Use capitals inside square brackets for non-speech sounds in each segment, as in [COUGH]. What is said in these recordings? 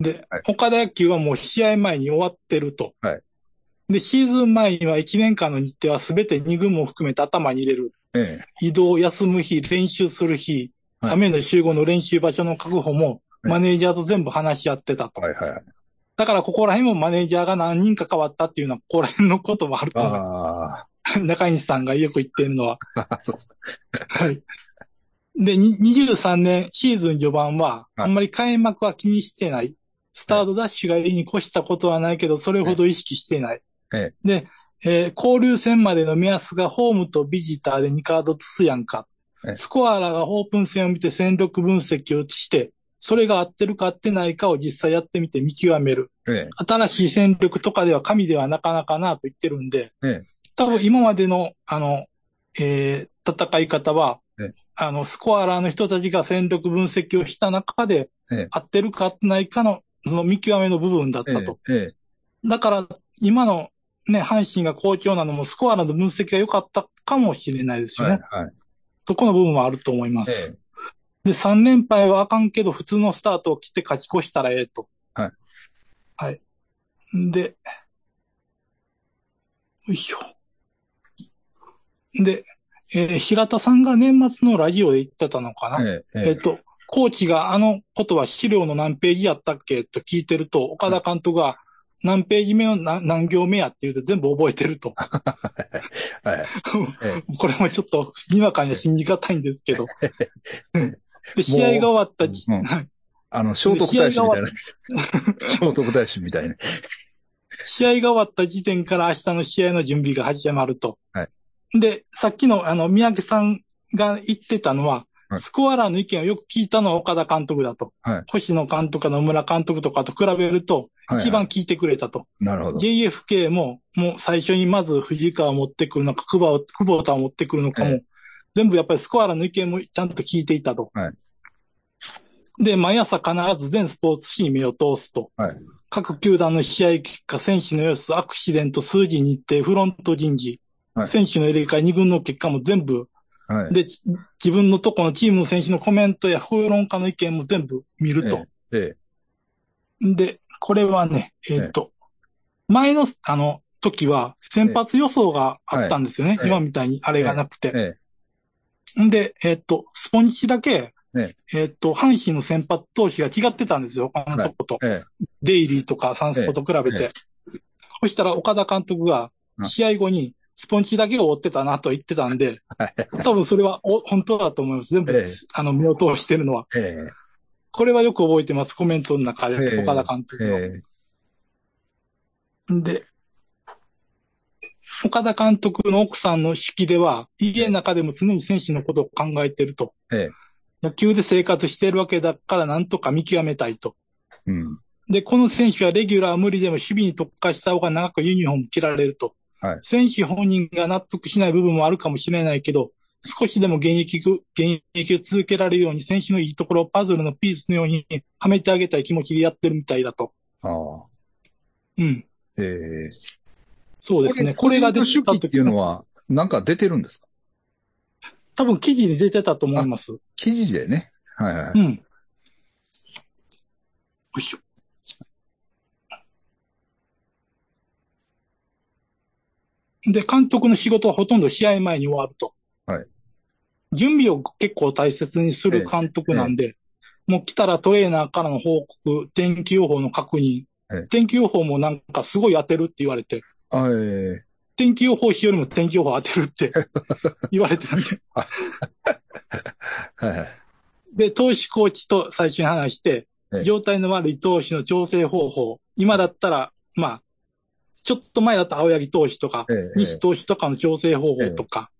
で、はい岡田野球はもう試合前に終わってると。はいで、シーズン前には1年間の日程は全て2軍も含めて頭に入れる。え移動、休む日、練習する日、はい雨の集合の練習場所の確保も、はいマネージャーと全部話し合ってたえ。と。はいはい。だからここら辺もマネージャーが何人か変わったっていうのは、ここら辺のこともあると思いまあす。 [LAUGHS] 中西さんがよく言ってるのは。あ、 [LAUGHS] そうそう。はい。で、に23年シーズン序盤は、はいあんまり開幕は気にしてない。スタートダッシュがいいに越したことはないけど、それほど意識してない。えで、えー交流戦までの目安がホームとビジターで2カードずつやんか。ええスコアラがオープン戦を見て戦力分析をして、それが合ってるか合ってないかを実際やってみて見極める。え新しい戦力とかでは神ではなかなかなと言ってるんで、ええ多分今までの、あの、えー戦い方は、ええあの、スコアラーの人たちが戦力分析をした中で、ええ合ってるか合ってないかの、その見極めの部分だっえ。たと。ええ。だから、今のね、阪神が好調なのも、スコアラーの分析が良かったかもしれないですよはね。いはい。そこの部分はあると思いまえす。で、3連敗はあかんけど、普通のスタートを切って勝ち越したらええと。はい。はい。んで、よいしょ。で、えー平田さんが年末のラジオで言ってたのかな。え。ええ。えっ、と、コーチがあのことは資料の何ページやったっけと聞いてると、岡田監督が何ページ目の何何行目やって言うと全部覚えて [LAUGHS] ると。はい。えこれもちょっと、にわかには信じがたいんです [LAUGHS] けど。で、試合が終わったじ、うんあの、聖徳太子みたいな。 [LAUGHS] 聖徳太子みたいな。試合が終わった時点から明日の試合の準備が始まると。はで、さっきの、あの、三宅さんが言ってたのは、はいスコアラーの意見をよく聞いたのは岡田監督だと。はい星野監督か野村監督とかと比べると、はい一番聞いてくれたと。なるほど。 JFK も、もう最初にまず藤川を持ってくるのか、久保を、久保田を持ってくるのかも、え全部やっぱりスコアラの意見もちゃんと聞いていたと。はいで、毎朝必ず全スポーツ紙に目を通すと。はい各球団の試合結果、選手の様子、アクシデント、数字日程、フロント人事、はい選手の入れ替え、二軍の結果も全部、はい。で、ち自分のとこのチームの選手のコメントや評論家の意見も全部見ると。ええ。で、これはね、えっ、と、前の、あの、時は先発予想があったんですよね。ええ今みたいにあれがなくて。えんで、えっ、と、スポニチだけ、ええっ、と、阪神の先発投手が違ってたんですよ。他のとこと。え。えデイリーとかサンスポと比べて。えそしたら岡田監督がうん試合後にスポンチだけを追ってたなと言ってたんではい、多分それはお本当だと思います。全部、ええあの、目を通してるのは。え。えこれはよく覚えてます。コメントの中えで、え岡田監督え。の。えで、岡田監督の奥さんの式では、家の中でも常に選手のことを考えてると。え。え野球で生活してるわけだからなんとか見極めたいと。うん。で、この選手はレギュラーは無理でも守備に特化した方が長くユニフォーム着られると。はい選手本人が納得しない部分もあるかもしれないけど、少しでも現役く、現役を続けられるように選手のいいところをパズルのピースのようにはめてあげたい気持ちでやってるみたいだと。ああ。うん。ええ。そうですね。これが出てたたっていうのはは、なんか出てるんですか多分記事に出てたと思います。記事でね。はいはい。うん。よいしょ。で、監督の仕事はほとんど試合前に終わると。はい準備を結構大切にする監督なんで、もう来たらトレーナーからの報告、天気予報の確認、ええ天気予報もなんかすごい当てるって言われて、あえ天気予報士よりも天気予報当てるって [LAUGHS] 言われてたんで、え。はいはい。で、投手コーチと最初に話してええ、状態の悪い投手の調整方法、今だったら、まあ、ちょっと前だった青柳投手とかえ、え。西投手とかの調整方法とか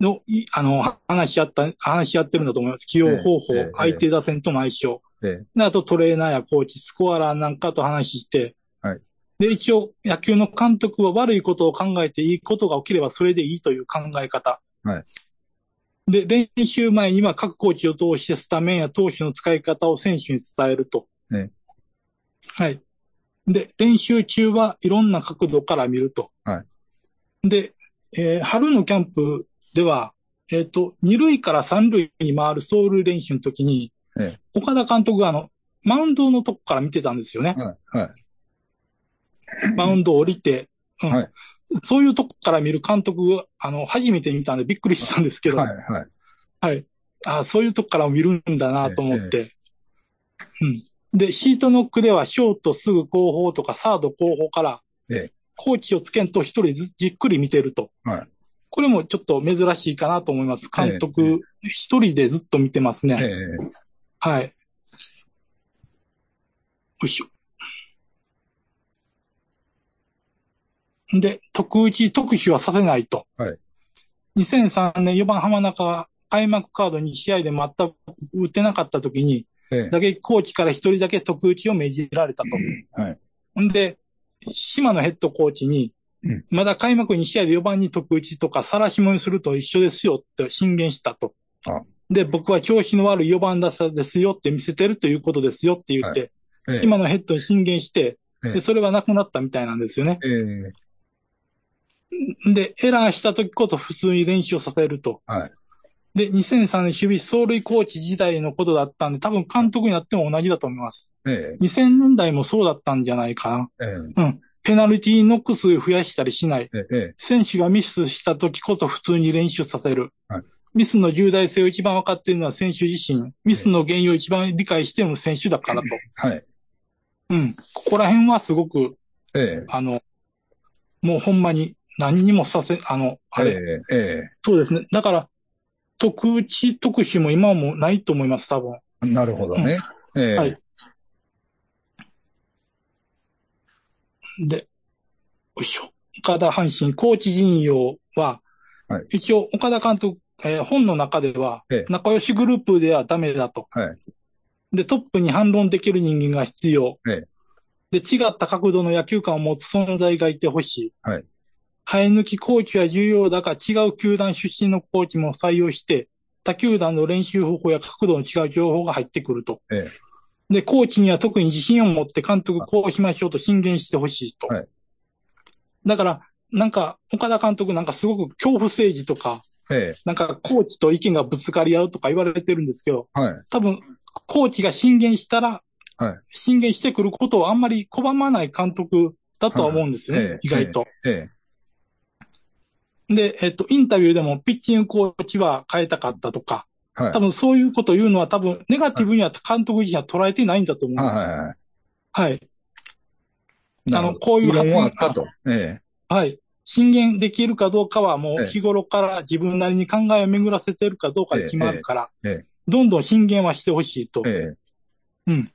の、いあの、話し合った、話し合ってるんだと思います。起用方法ええええ、相手打線との相性。ええ。であとトレーナーやコーチ、スコアラーなんかと話して、はいで、一応、野球の監督は悪いことを考えていいことが起きればそれでいいという考え方。はで、練習前には各コーチを通してスタメンや投手の使い方を選手に伝えると。ねはい。で、練習中はいろんな角度から見ると。はで、えー春のキャンプでは、えっ、と、二塁から三塁に回る走塁練習の時に、え岡田監督があの、マウンドのとこから見てたんですよね。はい。はい。マウンド降りて。うんはいそういうとこから見る監督、あの、初めて見たんでびっくりしたんですけど、は。はいい。はい。あそういうとこから見るんだなと思って、うん。で、シートノックではショートすぐ後方とかサード後方からええ、コーチをつけんと一人ずじっくり見てると。はいこれもちょっと珍しいかなと思います。ええ監督一人でずっと見てますね。ええはい。よいしょ。で、特打ち特殊はさせないと。はい2003年4番浜中が開幕カード2試合で全く打てなかった時に、ええ打撃コーチから一人だけ特打ちを命じられたと。はいんで、島のヘッドコーチにうん、まだ開幕2試合で4番に特打ちとか晒しもにすると一緒ですよって進言したと。で、僕は調子の悪い4番打者ですよって見せてるということですよって言って、ええ今のヘッドに進言して、ええで、それがなくなったみたいなんですよね。ええで、エラーした時こそ普通に練習をさせると。はいで、2003年守備走塁コーチ時代のことだったんで、多分監督になっても同じだと思います。ええ2000年代もそうだったんじゃないかえな。うん。ペナルティーノック数増やしたりしない。えええ選手がミスした時こそ普通に練習させる。はいミスの重大性を一番分かっているのは選手自身。ミスの原因を一番理解しているのは選手だからと。はい。うん。ここら辺はすごく、ええあの、もうほんまに何にもさせ、あの、あえれ、えええそうですね。だから、特打ち特殊も今はもうないと思います、多分。なるほどね。ええはいで、よいしょ。岡田阪神、高知陣容は、はい一応、岡田監督、えー本の中ではええ、仲良しグループではダメだと。はいで、トップに反論できる人間が必要。えで、違った角度の野球観を持つ存在がいてほしい。はい生え抜きコーチは重要だが、違う球団出身のコーチも採用して、他球団の練習方法や角度の違う情報が入ってくると。えで、コーチには特に自信を持って監督こうしましょうと進言してほしいと。はいだから、なんか、岡田監督なんかすごく恐怖政治とか、ええなんかコーチと意見がぶつかり合うとか言われてるんですけど、えはい。多分、コーチが進言したら、はい進言してくることをあんまり拒まない監督だとは思うんですよね、はいええ意外と。ええで、えっと、インタビューでもピッチングコーチは変えたかったとか、はい。多分そういうことを言うのは多分、ネガティブには監督自身は捉えてないんだと思います。はいはいはい。はい。なあるほの、どこういう発異論はあ言っ、たと。えはい。進言できるかどうかはもうええ日頃から自分なりに考えを巡らせてるかどうかで決まるから、えええどんどん進言はしてほしいと。ええよえ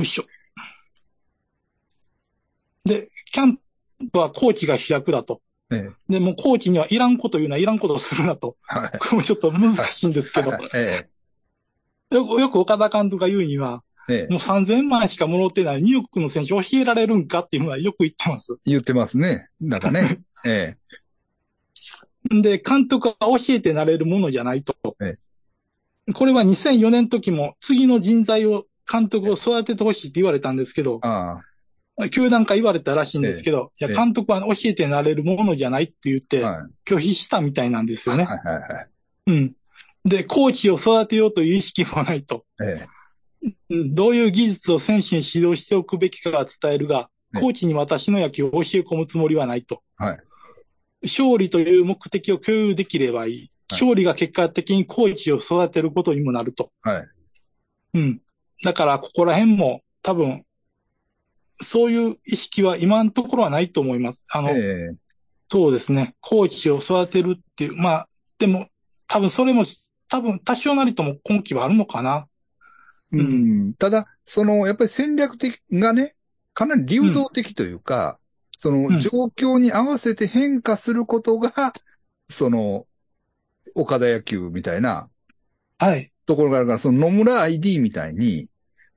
いしょ。で、キャンプはコーチが主役だと。ええで、もうコーチにはいらんこと言うな、いらんことをするなと。はい。これもちょっと難しいんですけど、え [LAUGHS] よくよく岡田監督が言うには、えええもう3000万しかもろってないニューヨークの選手を教えられるんかっていうのはよく言ってます。言ってますね。なんか [LAUGHS] ね。えで、監督が教えてなれるものじゃないと。えこれは2004年の時も次の人材を、監督を育ててほしいって言われたんですけどえ、ああ。球団から言われたらしいんですけど、いえや、監督は教えてなれるものじゃないって言って、は拒否したみたいなんですい。よね。はいはいはい。うん。で、コーチを育てようという意識もないと。えうんどういう技術を選手に指導しておくべきかは伝えるが、ええコーチに私の野球を教え込むつもりはないと。はい勝利という目的を共有できればいい。はい勝利が結果的にコーチを育てることにもなると。はいうん。だから、ここら辺も多分、そういう意識は今のところはないと思います。あの、ええそうですね。コーチを育てるっていう。まあ、でも、多分それも、多分多少なりとも根気はあるのかな。ううんん、ただ、その、やっぱり戦略的がね、かなり流動的というか、そうんの状況に合わせて変化することが、その、岡田野球みたいなはい。ところがあるから、その野村 ID みたいに、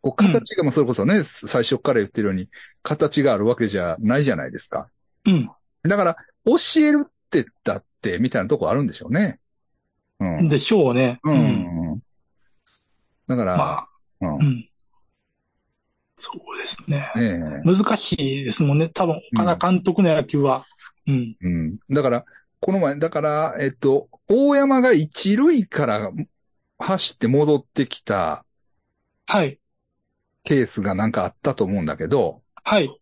こう形が、まあそれこそね、最初から言ってるように、形があるわけじゃないじゃないですか。うん。だから、教えるってだって、みたいなとこあるんでしょうね。うん。でしょうね。う。ん。だから、まあ、うんうん。そうですね。ええ難しいですもんね。多分、岡田監督の野球は。うん。うん。だから、この前、だから、えっと、大山が一塁から走って戻ってきたはい。ケースがなんかあったと思うんだけど、はい。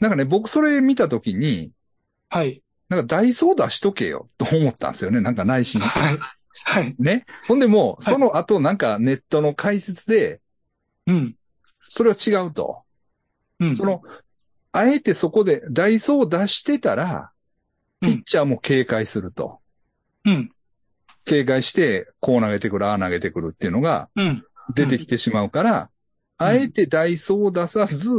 なんかね、僕それ見たときに、はい。なんかダイソー出しとけよ、と思ったんですよね。なんか内心。はい。 [LAUGHS] はい。ね。ほんでもう、はいその後なんかネットの解説で、うん。それは違うと。うん。その、あえてそこでダイソー出してたら、うピんッチャーも警戒すると。うん。警戒して、こう投げてくる、ああ投げてくるっていうのがうん。出てきてしまうから、うんあえてダイソーを出さず、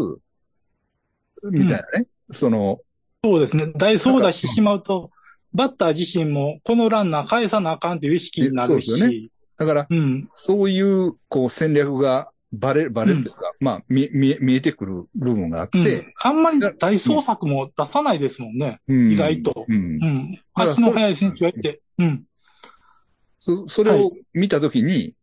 みたいなね。その、そうですね。大相打してしまうと、バッター自身も、このランナー返さなあかんという意識になるえそうですし、だから、うん。そういう、こう戦略がバレ、バレるというか、まあ、見、見、見えてくる部分があっうんて、あんまり大捜索も出さないですもんね。うん意外とうんうん。だから足の速い選手がいて、うん。そそれを見たときに、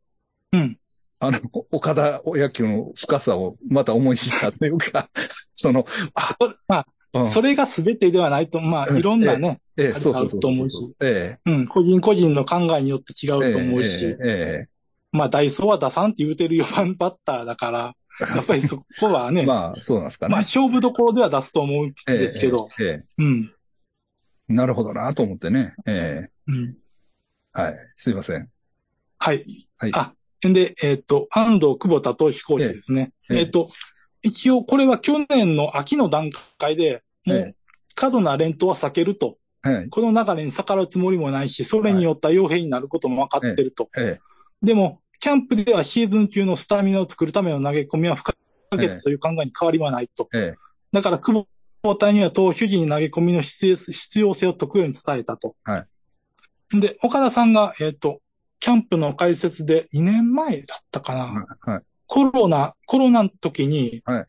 うん。あの、岡田野球の深さをまた思い知ったというか、 [LAUGHS] その、あ、まうあ、んそれが全てではないと、まあ、いろんなね、ええあるそうそうそうあると思うそうしそうえうん、個人個人の考えによって違えうと思うえしえ、えまあ、ダイソーは出さんって言うてる4番バッターだ [LAUGHS] から、やっぱりそこはえね、まあ、まあ、そうなんですかね。勝負どころでは出すと思うんええですけど、、ええうん。なるほどなと思ってね。えうん。えはい。すいません。はい。はいあ、で、えっ、と、安藤久保田投手コーチですね。えええええっ、と、一応これは去年の秋の段階で、もえう、過度な連投は避けると。はい。この流れに逆らうつもりもないし、それによった傭兵になることも分かってると。えでも、キャンプではシーズン中のスタミナを作るための投げ込みは不可ええ欠という考えに変わりはないと。ええだから、久保田には投手陣に投げ込みの必要必要性を解くように伝えたと。はで、岡田さんが、えっ、と、キャンプの解説で2年前だったかな。えはい。コロナ、コロナの時に、はい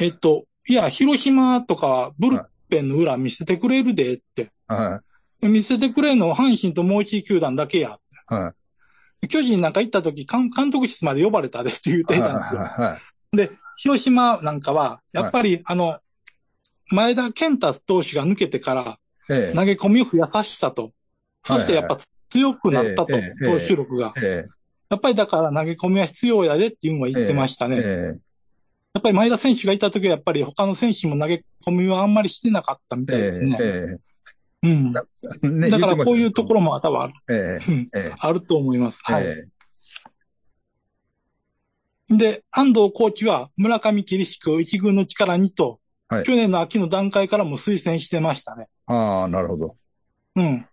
えっ、と、いや、広島とかはブルペンの裏見せてくれるでって。は見せてくれるのは阪神ともう一球団だけや。い。はい。巨人なんか行った時、監監督室まで呼ばれたでって言っていたんですよ。はいはい。で、広島なんかは、やっぱり、あの、前田健太投手が抜けてからえ投げ込みを増やさしたと。そしてやっぱ強くなったとえええ、え投手力が。ええやっぱりだから投げ込みは必要やでっていうのは言ってましたえね。えやっぱり前田選手がいた時はやっぱり他の選手も投げ込みはあんまりしてなかったみえたいですね。えうん。だだえねからこういうところも多分あるろ。えうんえええあると思います。はい。えで、安藤コーチは村上桐敷を一軍の力にと、はい去年の秋の段階からも推薦してましたね。えああ、なるほど。うん。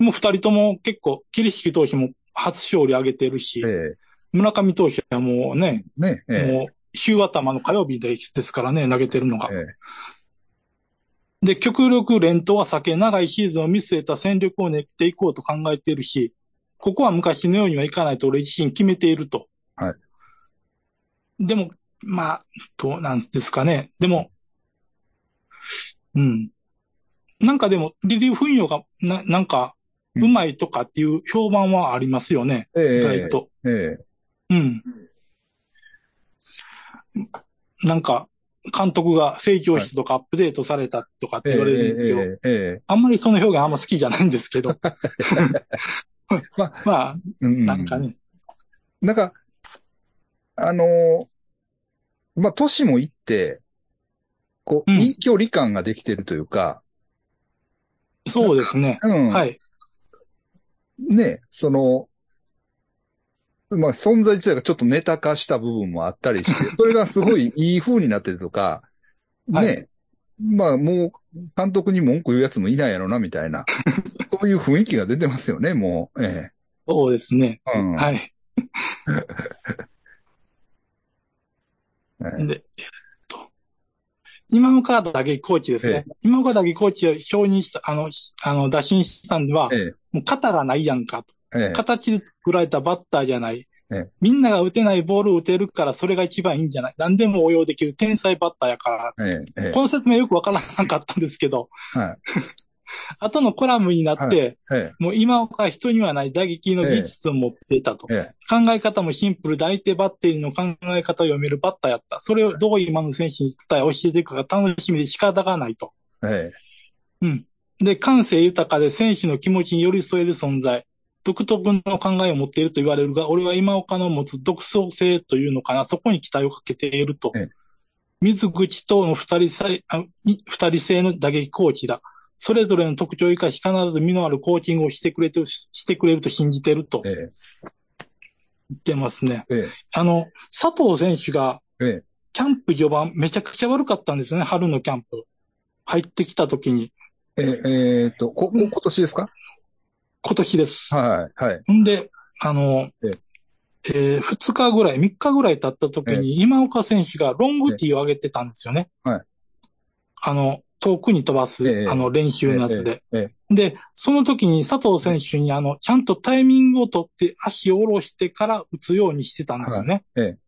もう二人とも結構、桐敷投手も初勝利上げてるし、ええ村上投手はもうね、ねええもう週頭の火曜日でですからね、投げてるのが。ええで、極力連投は避け、長いシーズンを見据えた戦力を練っていこうと考えているし、ここは昔のようにはいかないと俺自身決めていると。。はいでも、まあ、どうなんですかね。でも、うん。なんかでも、リリーフ運用が、な、なんか、うんうまいとかっていう評判はありますよね。ええ意外と。ええうん。なんか、監督が成長したとかアップデートされたとかって言われるんですけど、ええええあんまりその表現あんま好きじゃないんですけ [LAUGHS] ど。ままあ、うなんかね。なんか、あのーまあ、年もいって、こう、うんいい距離感ができてるというか、そうですね。うん。はい。ね、その、まあ、存在自体がちょっとネタ化した部分もあった [LAUGHS] りして、それがすごいいい風になってるとか、ね、はいまあ、もう、監督に文句言うやつもいないやろな、みた [LAUGHS] いな、そういう雰囲気が出てますよね、もう。えそうですね。え。うん。はい。 [LAUGHS] えで、えっと。今岡だけコーチですね。今岡だけコーチを承認した、あの、しあの、打診したんではえ、えもう肩がないやんかと。ええ形で作られたバッターじゃないええ。みんなが打てないボールを打てるからそれが一番いいんじゃない何でも応用できる天才バッターやから。ええええこの説明よくわからなかったんですけど、はい後のコラムになって、えもう今岡人にはない打撃の技術を持っていたと。ええ考え方もシンプルで相手バッテリーの考え方を読めるバッターやった。それをどう今の選手に伝え教えていくかが楽しみで仕方がないと。えええで、感性豊かで選手の気持ちに寄り添える存在。独特の考えを持っていると言われるが、俺は今岡の持つ独創性というのかな、そこに期待をかけているとええ。水口等の二人さえあい二人制の打撃コーチだ。それぞれの特徴を生かし、必ず身のあるコーチングをしてくれてるし、してくれると信じてるとえ言ってますね。え、えあの、佐藤選手が、え、えキャンプ序盤めちゃくちゃ悪かったんですよね、春のキャンプ。入ってきた時に、え、ええーっと、こ、今年ですか今年です。はい、はい。んで、あの、ええー、2日ぐらい、3日ぐらい経った時に、今岡選手がロングティーを上げてたんですよね。はいあの、遠くに飛ばす、ええあの、練習のやつで、えええで、その時に佐藤選手に、あの、ちゃんとタイミングを取って、足を下ろしてから打つようにしてたんですよね。はいえ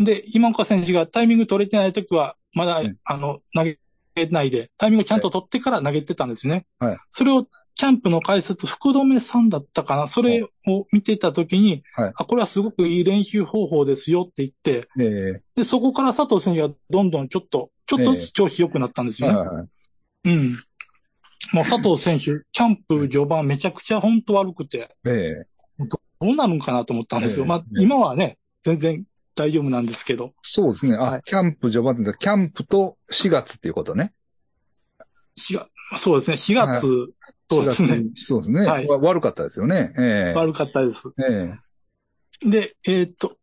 で、今岡選手がタイミング取れてない時は、まだ、うんあの、投げないで、タイミングをちゃんと取ってから投げてたんですね。はいそれをキャンプの解説、福留さんだったかなそれを見てたときに、はいあ、これはすごくいい練習方法ですよって言って、ええで、そこから佐藤選手がどんどんちょっと、ちょっとずえつ調子良くなったんですよはいね。はい。うん。もう佐藤選手、キャンプ序盤めちゃくちゃ本当悪くて、ええどうなるんかなと思ったんですよ。ええまあえ、え今はね、全然大丈夫なんですけど。そうですね。あ、はいキャンプ序盤って言ったらキャンプと4月っていうことね。しがそうですね、4月、そうです4ね、月に。そうですね。はいわ悪かったですよね。ええ悪かったです。ええで、えーっと、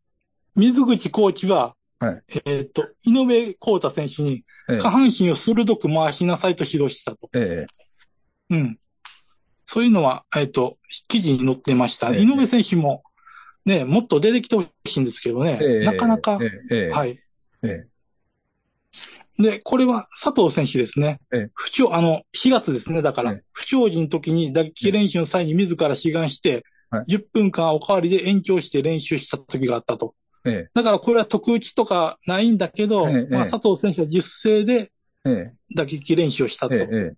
水口コーチは、はいえーっと、井上康太選手に、ええ下半身を鋭く回しなさいと指導してたと。ええうん。そういうのは、えーっと、記事に載ってましたね。ええ井上選手も、ね、もっと出てきてほしいんですけどね。ええなかなか、ええええはい。ええで、これは佐藤選手ですね。ええ不調、あの、4月ですね。だから、ええ不調時の時に打撃練習の際に自ら志願して、はい10分間おかわりで延長して練習した時があったと。ええだからこれは特打ちとかないんだけど、ええまあ、ええ佐藤選手は実勢でええ打撃練習をしたと。ええ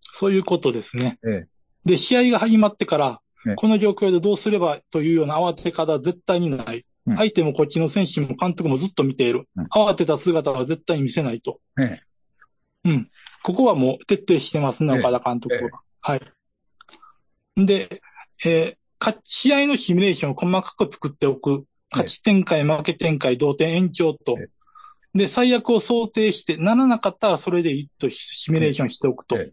そういうことですね。ええで、試合が始まってから、ええこの状況でどうすればというような慌て方は絶対にない。うん相手もこっちの選手も監督もずっと見ているうん。慌てた姿は絶対に見せないと。ええここはもう徹底してますね、ええ岡田監督は。ええはい。で、えーか試合のシミュレーションを細かく作っておく。勝ち展開、負け展開、同点、延長とええ。で、最悪を想定して、ならなかったらそれでいいとシミュレーションしておくとええ。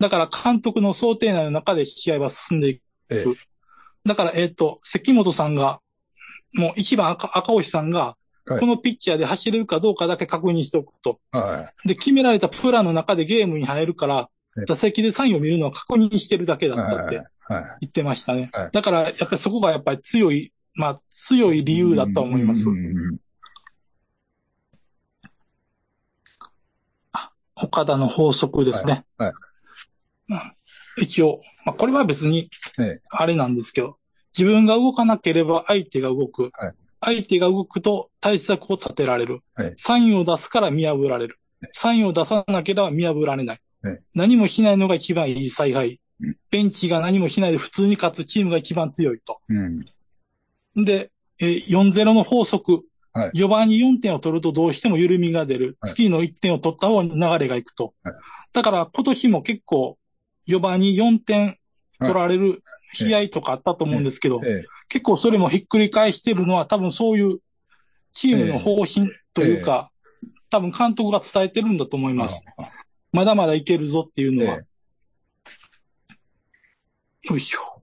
だから監督の想定内の中で試合は進んでいく。ええだから、えっ、と、関本さんが、もう一番赤赤星さんが、はいこのピッチャーで走れるかどうかだけ確認しておくと。はで、決められたプランの中でゲームに入るからええ、座席でサインを見るのは確認してるだけい。だったってはい。言ってましたねはい。だから、やっぱりそこがやっぱり強い、まあ、強い理由だと思いますうん。うんうん岡田の法則ですね。はいはいうん一応、まあ、これは別にええ、あれなんですけど、自分が動かなければ相手が動くはい。相手が動くと対策を立てられるはい。サインを出すから見破られるは。サインを出さなければ見破られないはい。何もしないのが一番いい采配うん。ベンチが何もしないで普通に勝つチームが一番強いと。うん。で、えー4-0の法則。はい4番に4点を取るとどうしても緩みが出る。はい次の1点を取った方に流れがいくと。はいだから今年も結構4番に4点取られる試合とかあったと思うんですけど、ええ結構それもひっくり返してるのは多分そういうチームの方針というか、多分監督が伝えてるんだと思います。まだまだいけるぞっていうえのは。えよいしょ。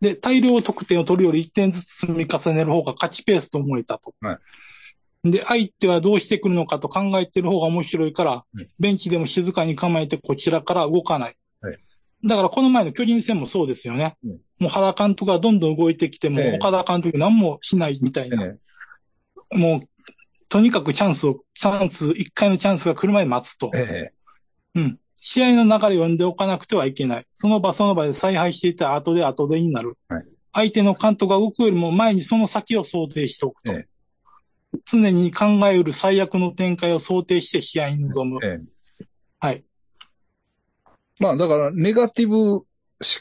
で、大量得点を取るより1点ずつ積み重ねる方が勝ちペースと思えたと。はで、相手はどうしてくるのかと考えてる方が面白いから、いベンチでも静かに構えてこちらから動かない。はいだからこの前の巨人戦もそうですよね。うんもう原監督がどんどん動いてきても、ええ岡田監督何もしないみたいえな。えもう、とにかくチャンスを、チャンス、一回のチャンスが来るまで待つと。ええうん。試合の流れを読んでおかなくてはいけない。その場その場で采配していた後で後でになる。はい相手の監督が動くよりも前にその先を想定しておくと。え常に考えうる最悪の展開を想定して試合に臨む。ええはい。まあ、だから、ネガティブ思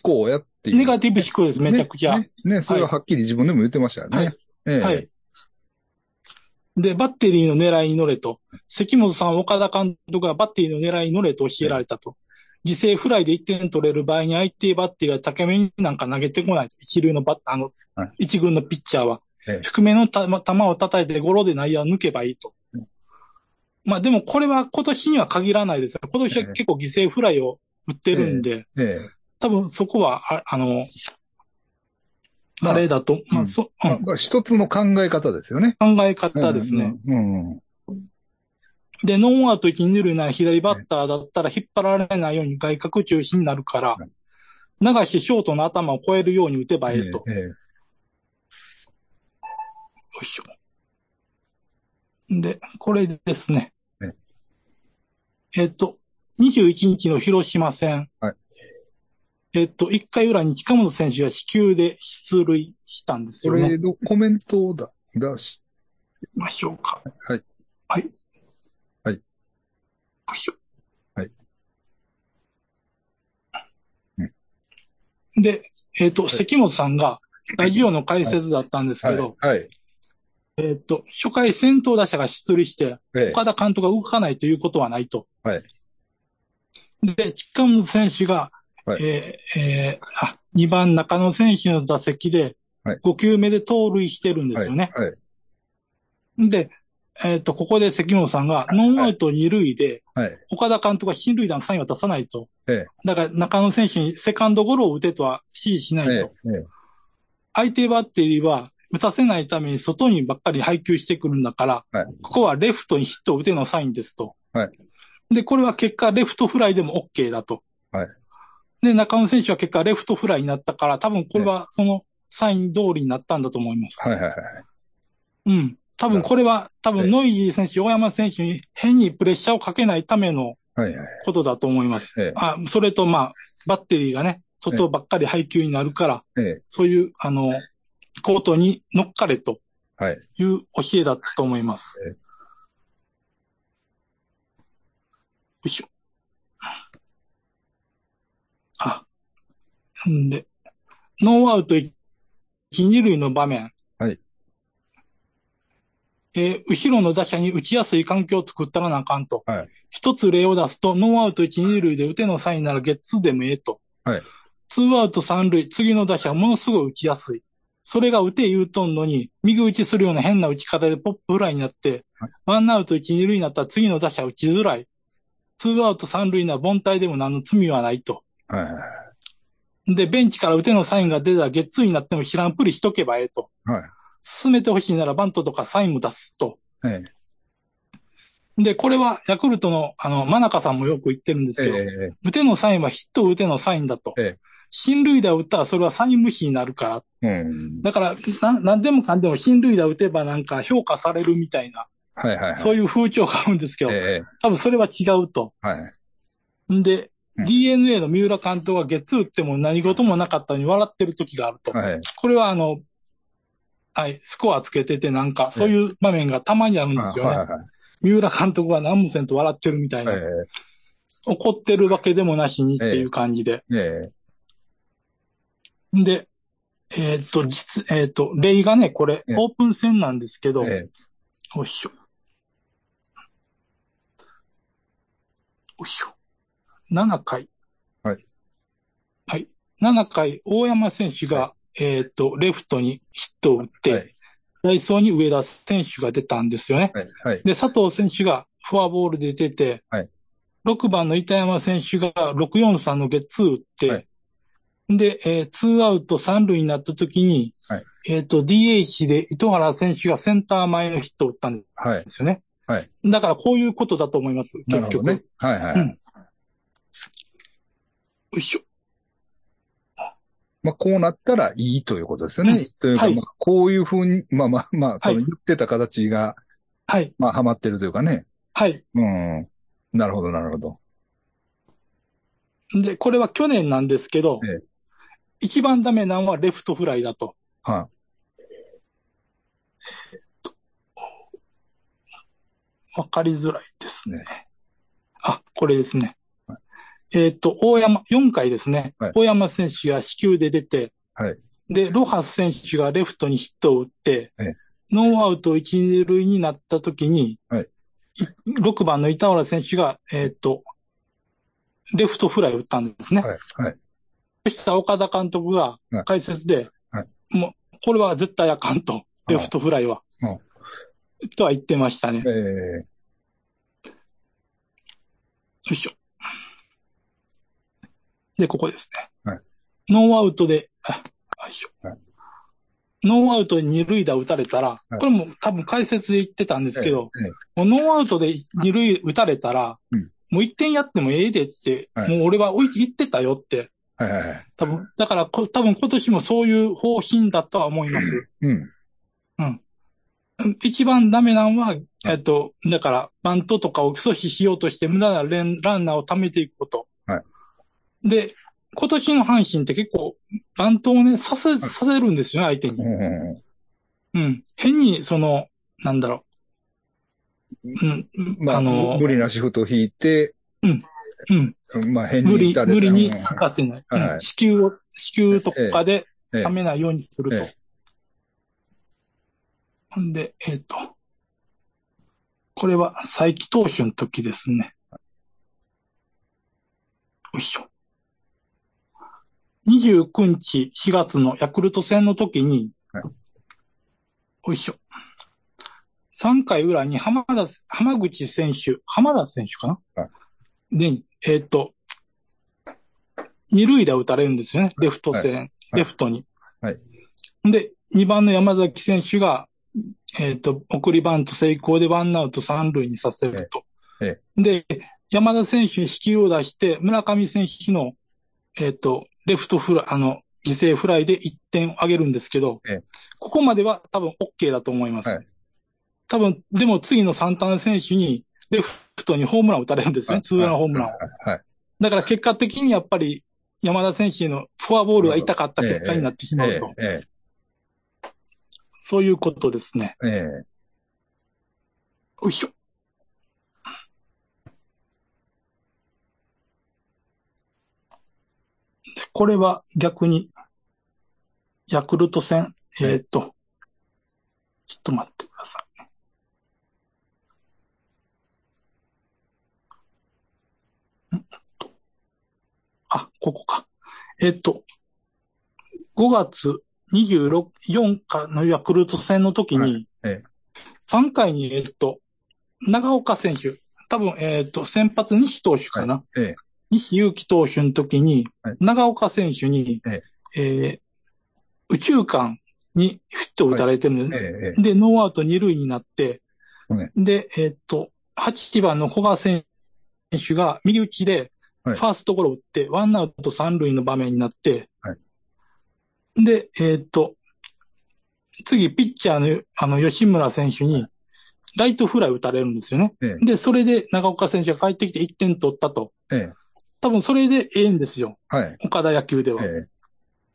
考やっていう。ネガティブ低いです、めちゃくちゃ。ね。ねねそれははっきり自分でも言ってましたよね。はいええはい。で、バッテリーの狙いに乗れと。関本さん、岡田監督がバッテリーの狙いに乗れと教えられたと。犠牲フライで1点取れる場合に相手バッテリーは高めになんか投げてこないと。一流のバッター、あのは、一軍のピッチャーはええ。低めのたま球を叩いてゴロで内野を抜けばいいとう。まあでもこれは今年には限らないですね。今年は結構犠牲フライを打ってるんで、ええ。多分そこは、ああの、まああれだと、まうんあ、そ、うまあんまあ一つの考え方ですよね。考え方ですね。うん。うん。で、ノーアウト一二塁ない左バッターだったら引っ張られないように外角中心になるからは、流してショートの頭を越えるように打てばいいと。よええ。いしょ。で、これですねね。えっと、21日の広島戦。はいえっと、1回裏に近本選手が死球で出塁したんですそよね。れのコメントをだ出し、ましょうか。はい。はい。はいよいしょ。はい。で、えっ、と、い関本さんが、ラジオの解説だったんですはけいど、。はい。えっ、と、初回先頭打者が出塁して、ええ。岡田監督が動かないということはないと。はい。で、近本選手が、はいえーえーあ、2番中野選手の打席ではい、 5球目で盗塁してるんですよね。はい。で、えっ、と、ここで関本さんが、ノーアウト二塁で、はい。はい岡田監督は進塁打のサインは出さないと。えだから中野選手にセカンドゴロを打てとは指示しなえいえと。相手バッテリーは打たせないために外にばっかり配球してくるんだから、はいここはレフトにヒットを打てのサインですと。はいで、これは結果レフトフライでも OK だと。はいで、中野選手は結果レフトフライになったから、多分これはそのサイン通りになったんだと思います。はい。はい。はい。うん。多分これは、多ええ分ノイジー選手、大山選手に変にプレッシャーをかけないためのはい。はい。ことだと思います。ええあそれと、まあ、バッテリーがね、外ばっかり配球になるから、ええ。そういう、あの、コートに乗っかれとはい。いう教えだったと思います。ええよいしょ。あ、んで、ノーアウト一、二塁の場面。はい。えー後ろの打者に打ちやすい環境を作ったらなあかんと。はい。一つ例を出すと、ノーアウト一、二塁で打てのサインならゲッツーでもええと。はい。ツーアウト三塁、次の打者はものすごい打ちやすい。それが打て言うとんのに、右打ちするような変な打ち方でポップフライになってはい、ワンアウト一、二塁になったら次の打者は打ちづらい。ツーアウト三塁なら凡退でも何の罪はないと。はい。はい。で、ベンチから打てのサインが出たらゲッツーになっても知らんぷりしとけばええと。はい。進めてほしいならバントとかサインも出すと。えで、これはヤクルトの、あの、真中さんもよく言ってるんですえ。えけど、打てのサインはヒットを打てのサインだとええ。進塁打を打ったらそれはサイン無視になるから。え。うん。だから、な何でもかんでも進塁打打てばなんか評価されるみたいな、はい。はい。そういう風潮があるんですけどえ、え。多分それは違うと。はい。んで、うん DNA の三浦監督はゲッツー打っても何事もなかったのに笑ってる時があると。はい。これはあの、はい、スコアつけててなんか、そういう場面がたまにあるんですよはい。ね。は三浦監督は何もせんと笑ってるみたいい。はいな。怒ってるわけでもなしにっていう感じで。ええ。んで、えーっと、実、えーっと、例がね、これええ、オープン戦なんですけど、ええ。おいしょ。おいしょ。7回。はい。はい。7回、大山選手が、えーっと、レフトにヒットを打って、はい。ダイソーに上田選手が出たんですよね。はい。はい。で、佐藤選手がフォアボールで出て、はい6番の板山選手が643のゲッツー打って、はいで、えー、ツーアウト三塁になった時に、はいえっ、と、DH で糸原選手がセンター前のヒットを打ったんではい。すよね。はいだからこういうことだと思います、な結るほど局。ね。はい。はい。よいしょ。まあ、こうなったらいいということですよね。というか、まあ、こういうふうに、まあまあまあ、その言ってた形が、はい、まあ、はまってるというかね。はい。うん。なるほど、なるほど。で、これは去年なんですけど、え一番ダメなのはレフトフライだと。はわかりづらいですねね。あ、これですね。えっ、と、大山、4回ですね。はい大山選手が死球で出て、はいで、ロハス選手がレフトにヒットを打って、ええノーアウト一二塁になった時に、はいい6番の板原選手が、えっ、と、レフトフライを打ったんですね。はい。はい。そしたら岡田監督がはい解説で、はいもう、これは絶対あかんと、うんレフトフライは。うんとは言ってましたね。よええいしょ。で、ここですね。はいノーアウトで、あよいしょ。はノーアウトで二塁打打たれたら、いこれも多分解説で言ってたんですけど、ええもうノーアウトで二塁打たれたら、うんもう一点やってもええでって、はいもう俺は置いて言ってたよって。はいはいはい。多分、だからこ、多分今年もそういう方針だとは思います。うん。うん一番ダメなのは、えっと、だから、バントとかを阻止しようとして無駄なレンランナーを貯めていくこと。はで、今年の阪神って結構、バントをね、させ、いさせるんですよね、相手うに。んうんううん。変に、その、なんだろう。うん。んまあ、あの、無理なシフトを引いて、うん。まあ、変に無理打た、れた無理にうん引かせない。はいはいうん支給を、支給とかでええ貯めないようにするとえ。ほんで、えっ、と。これは再起投手の時ですね。よいしょ。29日4月のヤクルト戦の時に、はいよいしょ。3回裏に浜田、浜口選手、浜田選手かな、はで、えーっと、二塁打打たれるんですよね。レフト線、レフトに。はいで、2番の山崎選手が、えーっと、送りバント成功でワンアウト三塁にさせると。えで、山田選手に引きを出して、村上選手の、えーっと、レフトフライ、あの、犠牲フライで1点上げるんですけど、ええここまでは多分 OK だと思います。はい多分、でも次の三端選手に、レフトにホームランを打たれるんですはね。いツーランホームランを。はい。はいだから結果的にやっぱり山田選手へのフォアボールが痛かった結果になってしまえうと。ええそういうことですね。えええよいしょ。でこれは逆に、ヤクルト戦、えーっと、ちょっと待ってくださいね。んとあ、ここか。えーっと、5月26、4日のヤクルト戦の時はに、ええ3回に、えーっと、長岡選手、多分、えーっと、先発西投手かな。ええ西勇輝投手の時に、はい長岡選手に、ええー宇宙間にヒットを打たれてるんです、ねえええで、ノーアウト二塁になって、はいで、えーっと、8番の古賀選手が右打ちで、フはいァーストゴロ打って、ワンアウト三塁の場面になって、はで、えーっと、次、ピッチャーの、あの、吉村選手に、ライトフライ打たれるんですよね。えで、それで長岡選手が帰ってきて1点取ったと。ええ多分それでええんですよ。えはい。岡田野球では。え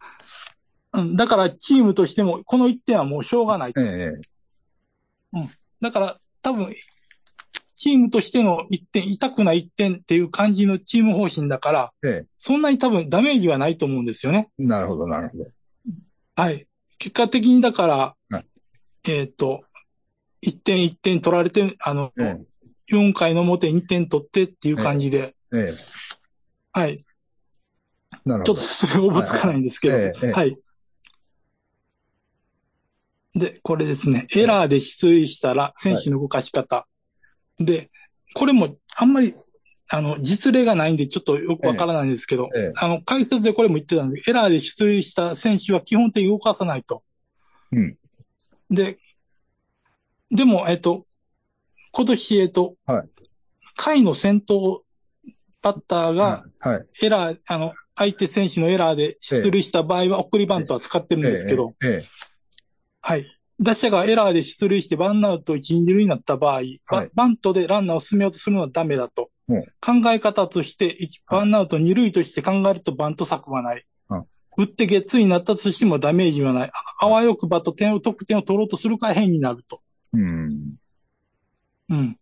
えうん、だからチームとしても、この1点はもうしょうがないと。ええだから、多分、チームとしての1点、痛くない1点っていう感じのチーム方針だから、ええそんなに多分ダメージはないと思うんですよね。なるほど、なるほど。はい。結果的にだから、はいえっ、と、1点1点取られて、あの、ええ4回の表2点取ってっていう感じで、ええはい。ちなょっるほとど。それおぼつかないんですけど、ええええはい。で、これですね。エラーで出塁したら、選手の動かし方。で、これも、あんまり、あの、実例がないんで、ちょっとよくわからないんですけど、ええええあの、解説でこれも言ってたんですけど、エラーで出塁した選手は基本的に動かさないと。うん。で、でも、えっと、今年、えっと、はい回の先頭バッターが、はい。エラー、あの、相手選手のエラーで出塁した場合は、送りバントは使ってるんですけど、ええ。はい。打者がエラーで出塁してワンアウト一、二塁になった場合、はバいバントでランナーを進めようとするのはダメだと。うん考え方として、一はいワンアウト二塁として考えるとバント策はない。うん打ってゲッツーになったとしてもダメージはない。ああわよくばと点を、得点を取ろうとするから変になると。ええうん。うん。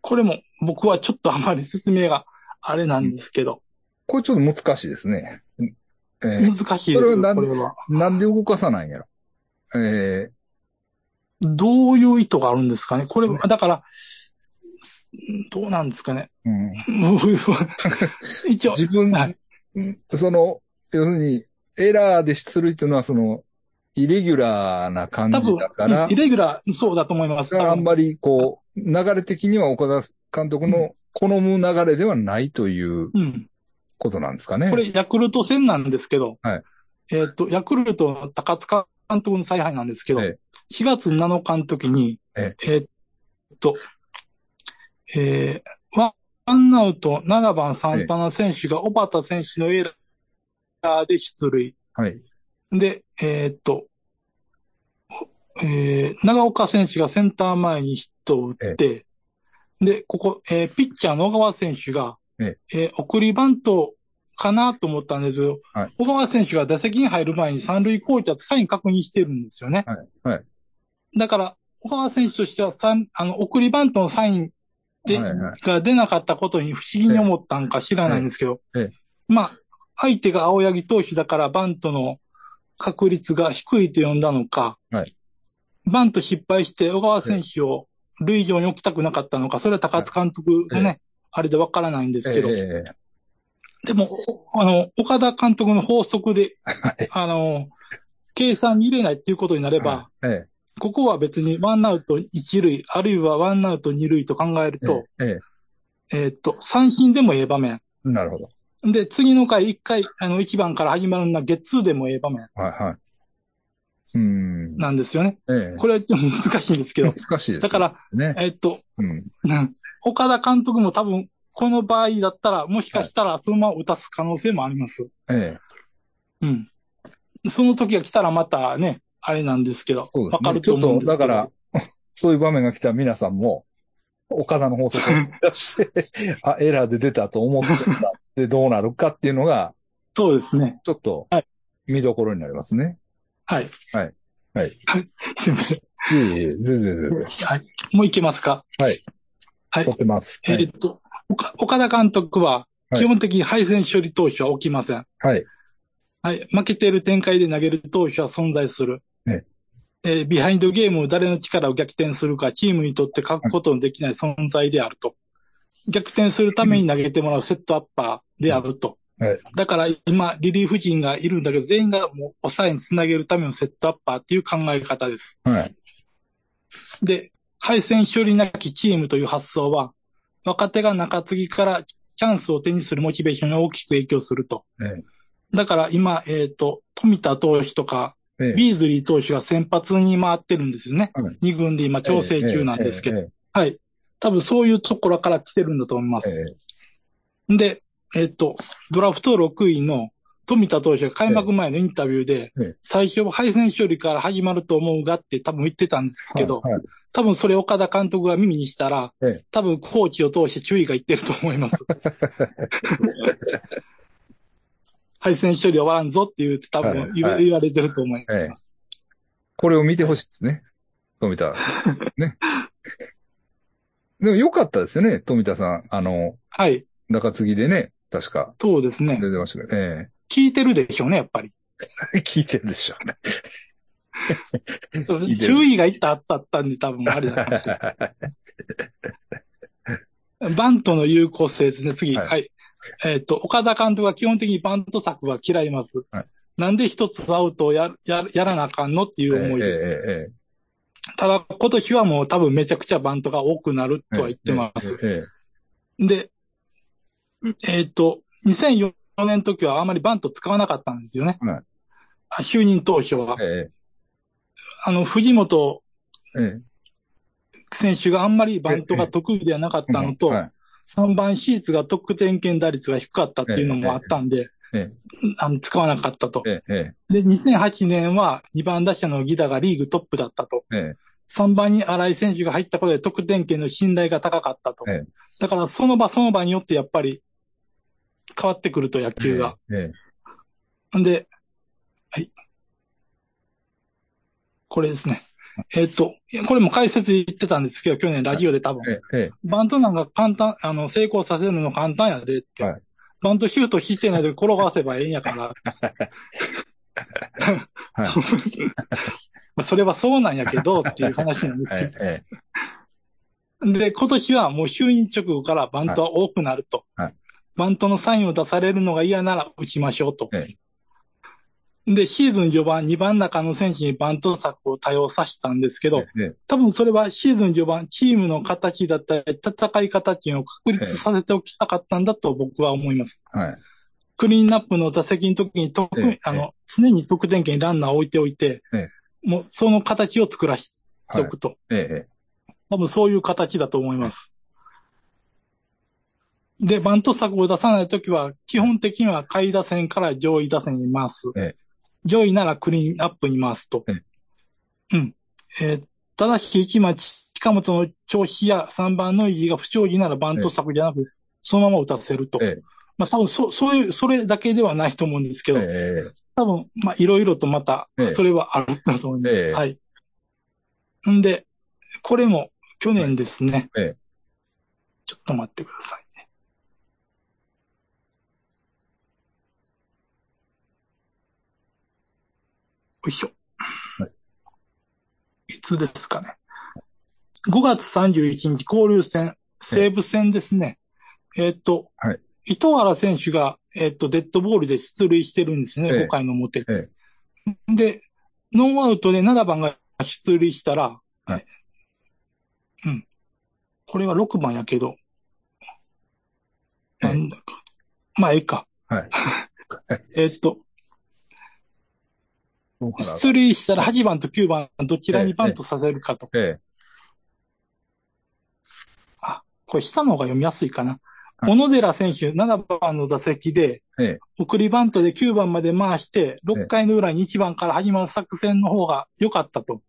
これも僕はちょっとあまり説明があれなんですけど、これちょっと難しいですね。うんええ難しいですそれはよ、何これは。なんで動かさないんやろ。ええどういう意図があるんですかね。これ、だから、どうなんですかね。 [LAUGHS] うん、一応、自分、はいその、要するに、エラーで出塁っていうのは、その、イレギュラーな感多じ分、だから、うんイレギュラー、そうだと思います。多あん分まり、こう、流れ的には岡田監督の好む流れではないといううん。ことなんですかね。これ、ヤクルト戦なんですけど、はいえっ、と、ヤクルトの高塚監督の采配なんですけど、え4月7日の時に、ええーっと、えーワンワンアウト7番サンタナ選手が小畑選手のエラーで出塁。はい。で、えーっと、えー長岡選手がセンター前にヒットを打って、で、ここ、えーピッチャーの小川選手が、ええー送りバントかなと思ったんですけど、はい小川選手が打席に入る前に三塁コーチャーとサイン確認してるんですよね。はいはいだから、小川選手としては、三あの、送りバントのサインで、はいはいが出なかったことに不思議に思ったんか知らないんですけど、えええまあ、相手が青柳投手だからバントの確率が低いと呼んだのか、はいバント失敗して小川選手を塁上に置きたくなかったのか、それは高津監督のね、あれでわからないんですけど、ええでも、おあの、岡田監督の法則で、はいあの、計算に入れないっていうことになれば、ええここは別にワンアウト一塁、あるいはワンアウト二塁と考えると、えええーっと、三振でもええ場面。なるほど。で、次の回一回、あの、一番から始まるのはゲッツーでもええ場面はいはい。うん。なんですよね。えこれはちょっと難しいんですけえ [LAUGHS] ど。難しいです、だか、ら、ね。えーっと、うん。うん岡田監督も多分、この場合だったら、もしかしたらそのまま打たす可能性もあります。えうえん。その時が来たらまたね、あれなんですけど、そうでわすね。かると思うんですけど。ちょっと、だから、 [LAUGHS] そういう場面が来た皆さんも、岡田の法則を出して、 [LAUGHS] あ、エラーで出たと思ってたでどうなるかっていうのが、そうですね。ちょっとはい、見どころになりますね。はい。はい。はい。すい [LAUGHS] ません。いえいえ、全然全然。はい。もういけますかはい。はい撮。ってます。えーっと、岡岡田監督は、い基本的に敗戦処理投手は起きません。はい。はい。負けている展開で投げる投手は存在する。ねえービハインドゲームを誰の力を逆転するか、チームにとって書くことのできない存在であると。逆転するために投げてもらうセットアッパーであると。はいだから今、リリーフ陣がいるんだけど、全員がもう抑えにつなげるためのセットアッパーっていう考え方です。はい。で、敗戦処理なきチームという発想は、若手が中継ぎからチャンスを手にするモチベーションに大きく影響すると。ええだから今、えっ、と、富田投手とか、ええビーズリー投手が先発に回ってるんですよね。はい二軍で今調整中なんですけど。ええはい。多分そういうところから来てるんだと思いまえす。えで、えっ、と、ドラフト6位の富田投手が開幕前のインタビューでええ、最初敗戦処理から始まると思うがって多分言ってたんですけど、はいはい多分それ岡田監督が耳にしたら、ええ多分コーチを通して注意がいってると思い [LAUGHS] ます。敗戦処理終わらんぞって言って多分言,、はいはい言われてると思います。これを見てほしいですね。富田。ね。 [LAUGHS] でも良かったですよね、富田さん。あの、はい。中継ぎでね、確かそうですね出。てましたけど。え聞いてるでしょうね、やっぱり。え [LAUGHS] 聞いてるでしょうね。いてる注意がいったはずだったんで多分あれだかもし [LAUGHS] れはない。バントの有効性ですね、次。ははいい。えっ、と、岡田監督は基本的にバント策は嫌います。はいなんで一つアウトをやややらなあかんのっていう思いです。ええええただ、今年はもう多分めちゃくちゃバントが多くなるとは言ってます。ええええで、えっ、と、2004年の時はあまりバント使わなかったんですよね。はいあ就任当初は。えあの、藤本えええ選手があんまりバントが得意ではなかったのと、はい3番シーツが得点圏打率が低かったっていうのもあったんで、ええあの使わなかったと。ええで、え2008年は2番打者のギダがリーグトップだったと。ええ3番に新井選手が入ったことで得点圏の信頼が高かったと。ええだからその場その場によってやっぱり変わってくると野え球が。ええんで、はい。これですね。えっと、これも解説で言ってたんですけど、去年ラジオで多分。えええバントなんか簡単、あの、成功させるの簡単やでって。はいバントシュートしてないで転がせばええんや [LAUGHS] から。 [LAUGHS] まあそれはそうなんやけどっていう話なんですけど。えええで、今年はもう就任直後からバントは多くなると。はいはいバントのサインを出されるのが嫌なら打ちましょうと。えで、シーズン序盤、2番中の選手にバント策を多用させたんですけど、ね多分それはシーズン序盤、チームの形だったり、戦い方っていうのを確立させておきたかったんだと僕は思います。はい。クリーンナップの打席の時に特えにえ、あの、常に得点圏にランナーを置いておいてえ、もうその形を作らせておくと。ええ。多分そういう形だと思います。で、バント策を出さないときは、基本的には下位打線から上位打線に回す。え上位ならクリーンアップに回すと。えうん。えーただし、一番近本の調子や3番の意義が不調理ならバント策じゃなく、そのまま打たせると。ええまあ多分そ、そういう、それだけではないと思うんですけえど、え。多分、まあ、いろいろとまたええ、それはあるんだと思います。ええはい。んで、これも去年ですね。ええちょっと待ってくださいね。よいしょ。、はいつですかね。5月31日、交流戦、西武戦ですね。えーっと、はい糸原選手が、えーっと、デッドボールで出塁してるんですね、ええ5回の表。えで、ノーアウトで7番が出塁したら、はいうん。これは6番やけど、ええなんだか。まあ、ええか。はい。 [LAUGHS] えっ [LAUGHS] と、そうか出塁したら8番と9番どちらにバントさせるかと。な。えこれ下の方が読みやすいかな。はい小野寺選手7番の打席で、え。え送りバントで9番まで回して、ええ6回の裏に1番から始まる作戦の方が良かったと。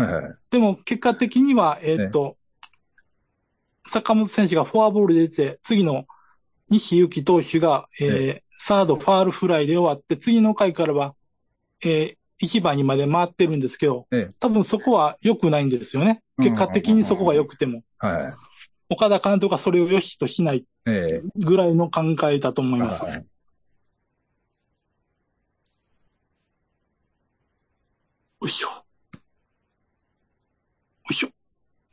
え。はいはい。でも結果的には、えーっと、坂本選手がフォアボールで出て、次の西勇輝投手が、えーえサードファールフライで終わって、次の回からは、えー、1番にまで回ってるんですけど、ええ多分そこは良くないんですよね。結果的にそこが良くても。はい。岡田監督がそれを良しとしないええ。ぐらいの考えだと思います。はいよいしょ。よいし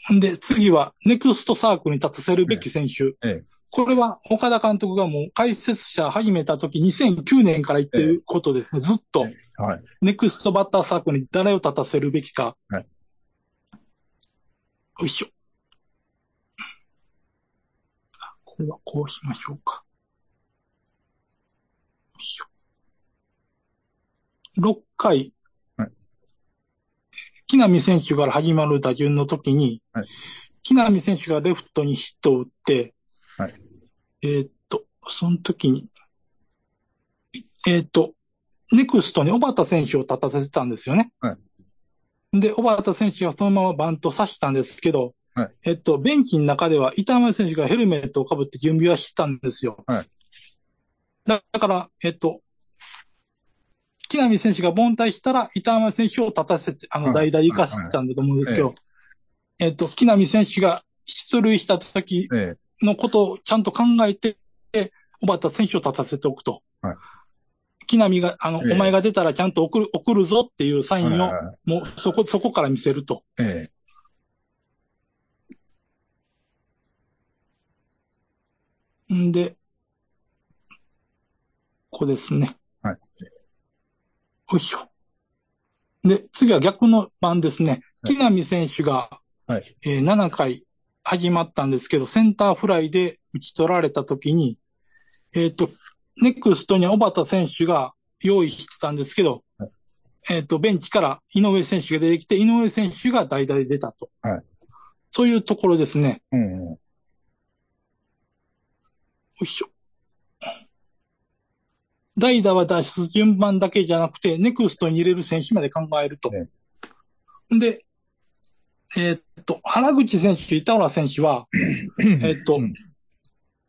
ょ。んで、次は、ネクストサークルに立たせるべき選手。ええこれは、岡田監督がもう解説者始めた時2009年から言ってることですね。ずっと、はい。ネクストバッターサークルに誰を立たせるべきか。はいよいしょ。あこれはこうしましょうか。よいしょ。6回、はい木浪選手から始まる打順の時に、はい木浪選手がレフトにヒットを打って、はいえーっと、その時に、えーっと、ネクストに小畑選手を立たせてたんですよね。はで、小畑選手がそのままバント刺したんですけど、はいえっと、ベンチの中では板前選手がヘルメットをかぶって準備はしてたんですよ。はいだだから、えっと、木浪選手が凡退したら、板前選手を立たせて、あはの、い代打で行かせてたんだと思うんですけど、えっと、木浪選手が出塁した時ええ。のことをちゃんと考えて、小畑選手を立たせておくと。はい木浪が、あの、ええお前が出たらちゃんと送る、送るぞっていうサインを、はもうそこ、そこから見せると。いええ。んで、ここですね。はい。よいしょ。で、次は逆の番ですね。はい木浪選手が、はい。えー7回始まったんですけど、センターフライで打ち取られた時に、えっ、と、ネクストには小畑選手が用意してたんですけど、はいえっ、と、ベンチから井上選手が出てきて、井上選手が代打で出たと。はいそういうところですね。うんうん。よいしょ。代打は脱出順番だけじゃなくて、ネクストに入れる選手まで考えると。ねで、えーっと、原口選手、板浦選手は、えーっと、うん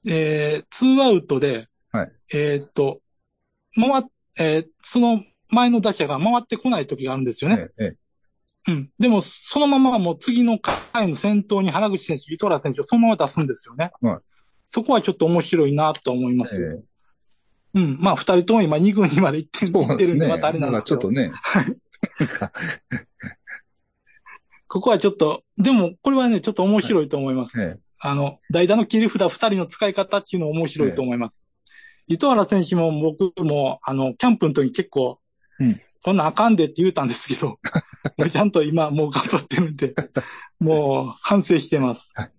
えー、ツーアウトで、はいえーっと、回っ、えーその前の打者が回ってこない時があるんですよね。ええ。えうん。でも、そのままもう次の回の先頭に原口選手、糸原選手をそのまま出すんですよね。はいそこはちょっと面白いなと思います。え。うん。まあ、二人とも今2軍にまで行ってる、そ行うっでてするんね。で、なまんたあれなんでかすちけょっど。とね。ここはちょっと、でも、これはね、ちょっと面白いと思います。えあの、代打の切り札二人の使い方っていうのも面白いと思います。糸原選手も僕も、あの、キャンプの時結構、うんこんなんあかんでって言うたんですけ [LAUGHS] ど、もうちゃんと今もう頑張ってるんで、もう反省してますはい。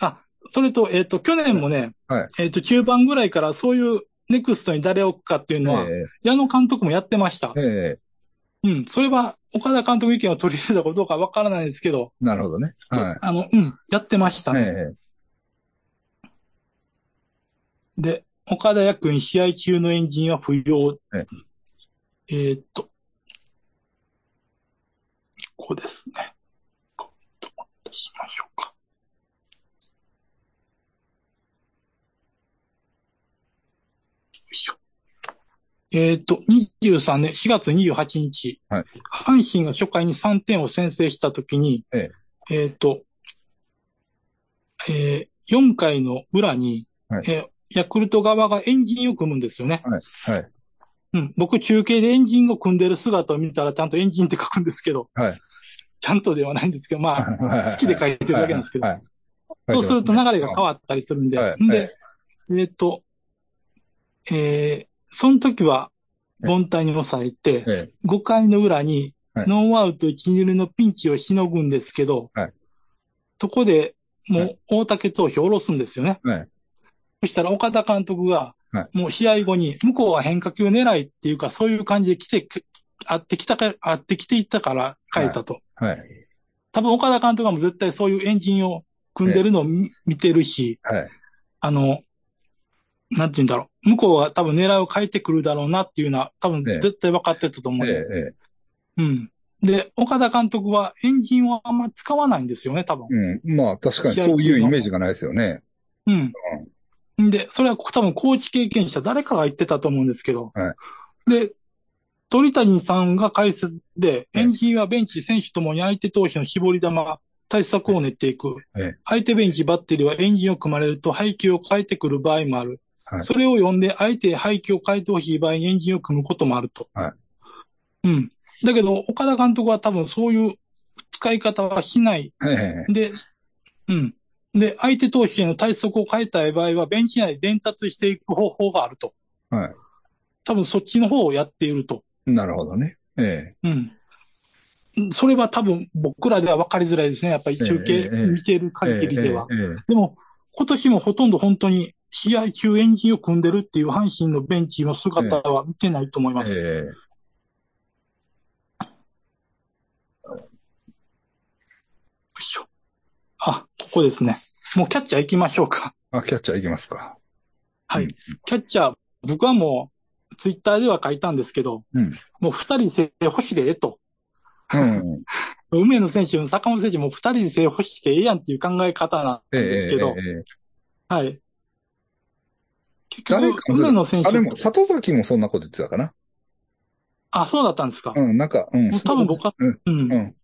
あ、それと、えっ、と、去年もね、はいえっ、と、中盤ぐらいからそういうネクストに誰を置くかっていうえのは、矢野監督もやってましたええ。ええうん、それは岡田監督意見を取り入れたかどうかわからないですけど、なるほどね。はあの、うん、やってましたい。えね。えで、岡田役員試合中のエンジンは不要。ええーっと、ここですね。ここどうしましょうか。よいしょえーっと、23年、4月28日、はい阪神が初回に3点を先制したときに、ええーっと、えー、4回の裏に、はいえーヤクルト側がエンジンを組むんですよね。はい。うん。僕、中継でエンジンを組んでる姿を見たら、ちゃんとエンジンって書くんですけど、はいちゃんとではないんですけど、まあ、好好きで書いてるだけなんですけど、はい。そうすると流れが変わったりするんで、はいで、えーっと、えー、その時は、凡退に抑えて、え5回の裏に、はいノンアウト1、2塁のピンチをしのぐんですけど、はいそこでもはう大竹投票を下ろすんですよね。はいそしたら岡田監督がは、もう試合後に、向こうは変化球狙いっていうか、そういう感じで来て、あってきたか、あってきていったから変えたと。えはい。多分岡田監督はもう絶対そういうエンジンを組んでるのを見見てるし、はい。あの、なんて言うんだろう。向こうは多分狙いを変えてくるだろうなっていうのは、多分ええ絶対分かってたと思うんええです。ええうん。で、岡田監督はエンジンをあんま使わないんですよね、多分。うん。まあ、確かにそういうイメージがないですよね。うん。で、それは多分コーチ経験者誰かが言ってたと思うんですけど。はで、鳥谷さんが解説で、エンジンはベンチ、選手ともに相手投手の絞り球、対策を練っていくええ。相手ベンチ、バッテリーはエンジンを組まれると配球を変えてくる場合もある。はいそれを読んで、相手へ配球を変えてほしい場合にエンジンを組むこともあると。はうん。だけど、岡田監督は多分そういう使い方はしないええで、うん。で、相手投手への対策を変えたい場合は、ベンチ内で伝達していく方法があると。は多分そっちの方をやっていると。い。なるほどね。えうん。それは多分僕らでは分かりづらいですね。やっぱり中ええ継ええ見てるえ限りでは。。ええええでも、今年もほとんど本当に試合中エンジンを組んでるっていう阪神のベンチの姿は見てないと思います。ええよいしょあ、ここですね。もうキャッチャー行きましょうか。あ、キャッチャーいきますか。はいうん。キャッチャー、僕はもう、ツイッターでは書いたんですけど、うんもう二人制欲しでええと。うん。梅野選手も坂本選手も二人制欲してええやんっていう考え方なんええですけどえ、えええはい。結誰か局、梅野選手あれも、里崎もそんなこと言ってたかな。あ、そうだったんですか。うん、なんか、うん。もう多分僕は、うん、うん。うん。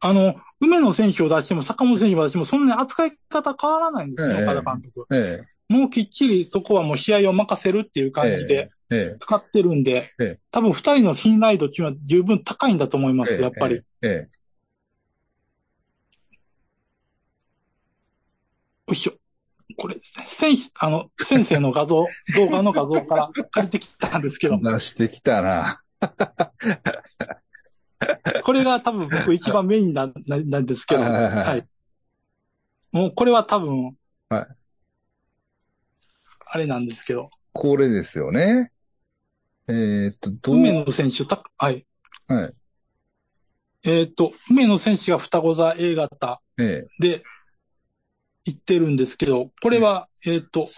あの、梅野選手を出しても坂本選手を出してもそんなに扱い方変わらないんですよ、ええ岡田監督。えもうきっちりそこはもう試合を任せるっていうえ感じでええ使ってるんでええ、多分二人の信頼度っていうのは十分高いんだと思いまえす、えやっぱり。。ええ。よいしょ。これですね。選手、あの、先生の画像、 [LAUGHS] 動画の画像から借りてきたんですけど、出してきたな。これが多分僕一番メインな、ななんですけど、はいはいはいはい。もうこれは多分、はいあれなんですけど、これですよね。えーっと、どう梅野選手、たはい。はい。えーっと、梅野選手が双子座 A 型えで言ってるんですけど、これは、えーっと、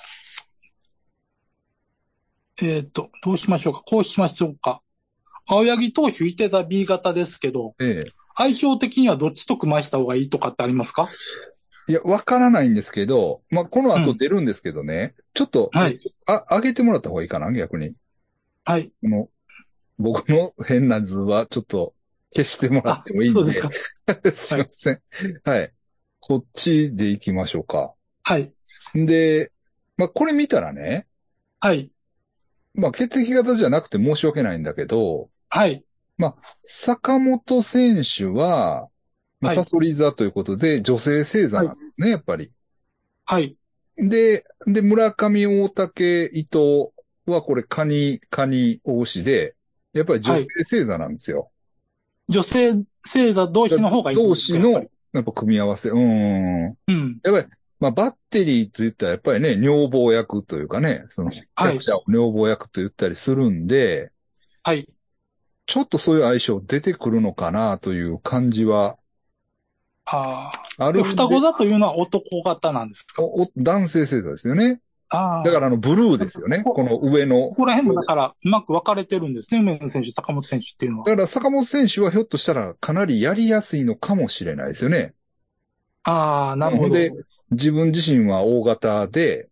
えーっと、どうしましょうか。こうしましょうか。青柳投手、いてた B 型ですけど、え、え相性的にはどっちと組ました方がいいとかってありますかえ。いや、わからないんですけど、まあ、このう後ん出るんですけどね、ちょっと、はい。あ、上げてもらった方がいいかな、逆に。はい。この、僕の変な図は、ちょっと、消してもらっあてもいい、んそで。うですか。 [LAUGHS] すいません。はい。こっちで行きましょうか。はい。で、まあ、これ見たらね、はい。まあ、血液型じゃなくて申し訳ないんだけど、はい。坂本選手は、まあはいサソリ座ということで、女性星座なんですね、やっぱり。はい。で、で、村上、大竹、伊藤はこれ、カニ、カニ、大牛で、やっぱり女性星座なんですよ。女性星座同士の方がいいん同です士よ。の、ややっぱっぱ組み合わせ。うん。りうん。やっぱり、まあ、バッテリーと言ったら、やっぱりね、女房役というかね、その、キャッチャーを女房役と言ったりするんで、はい。ちょっとそういう相性出てくるのかなという感じはああ。あでるんで。双子座というのは男型なんですかおお男性星座ですよね。ああ。だからあの、ブルーですよね。ここの上のこ。こら辺もだから、うまく分かれてるんですね。梅野選手、坂本選手っていうのはだ。から坂本選手はひょっとしたらかなりやりやすいのかもしれないですよね。ああ、なるほど。で自分自身は大型で、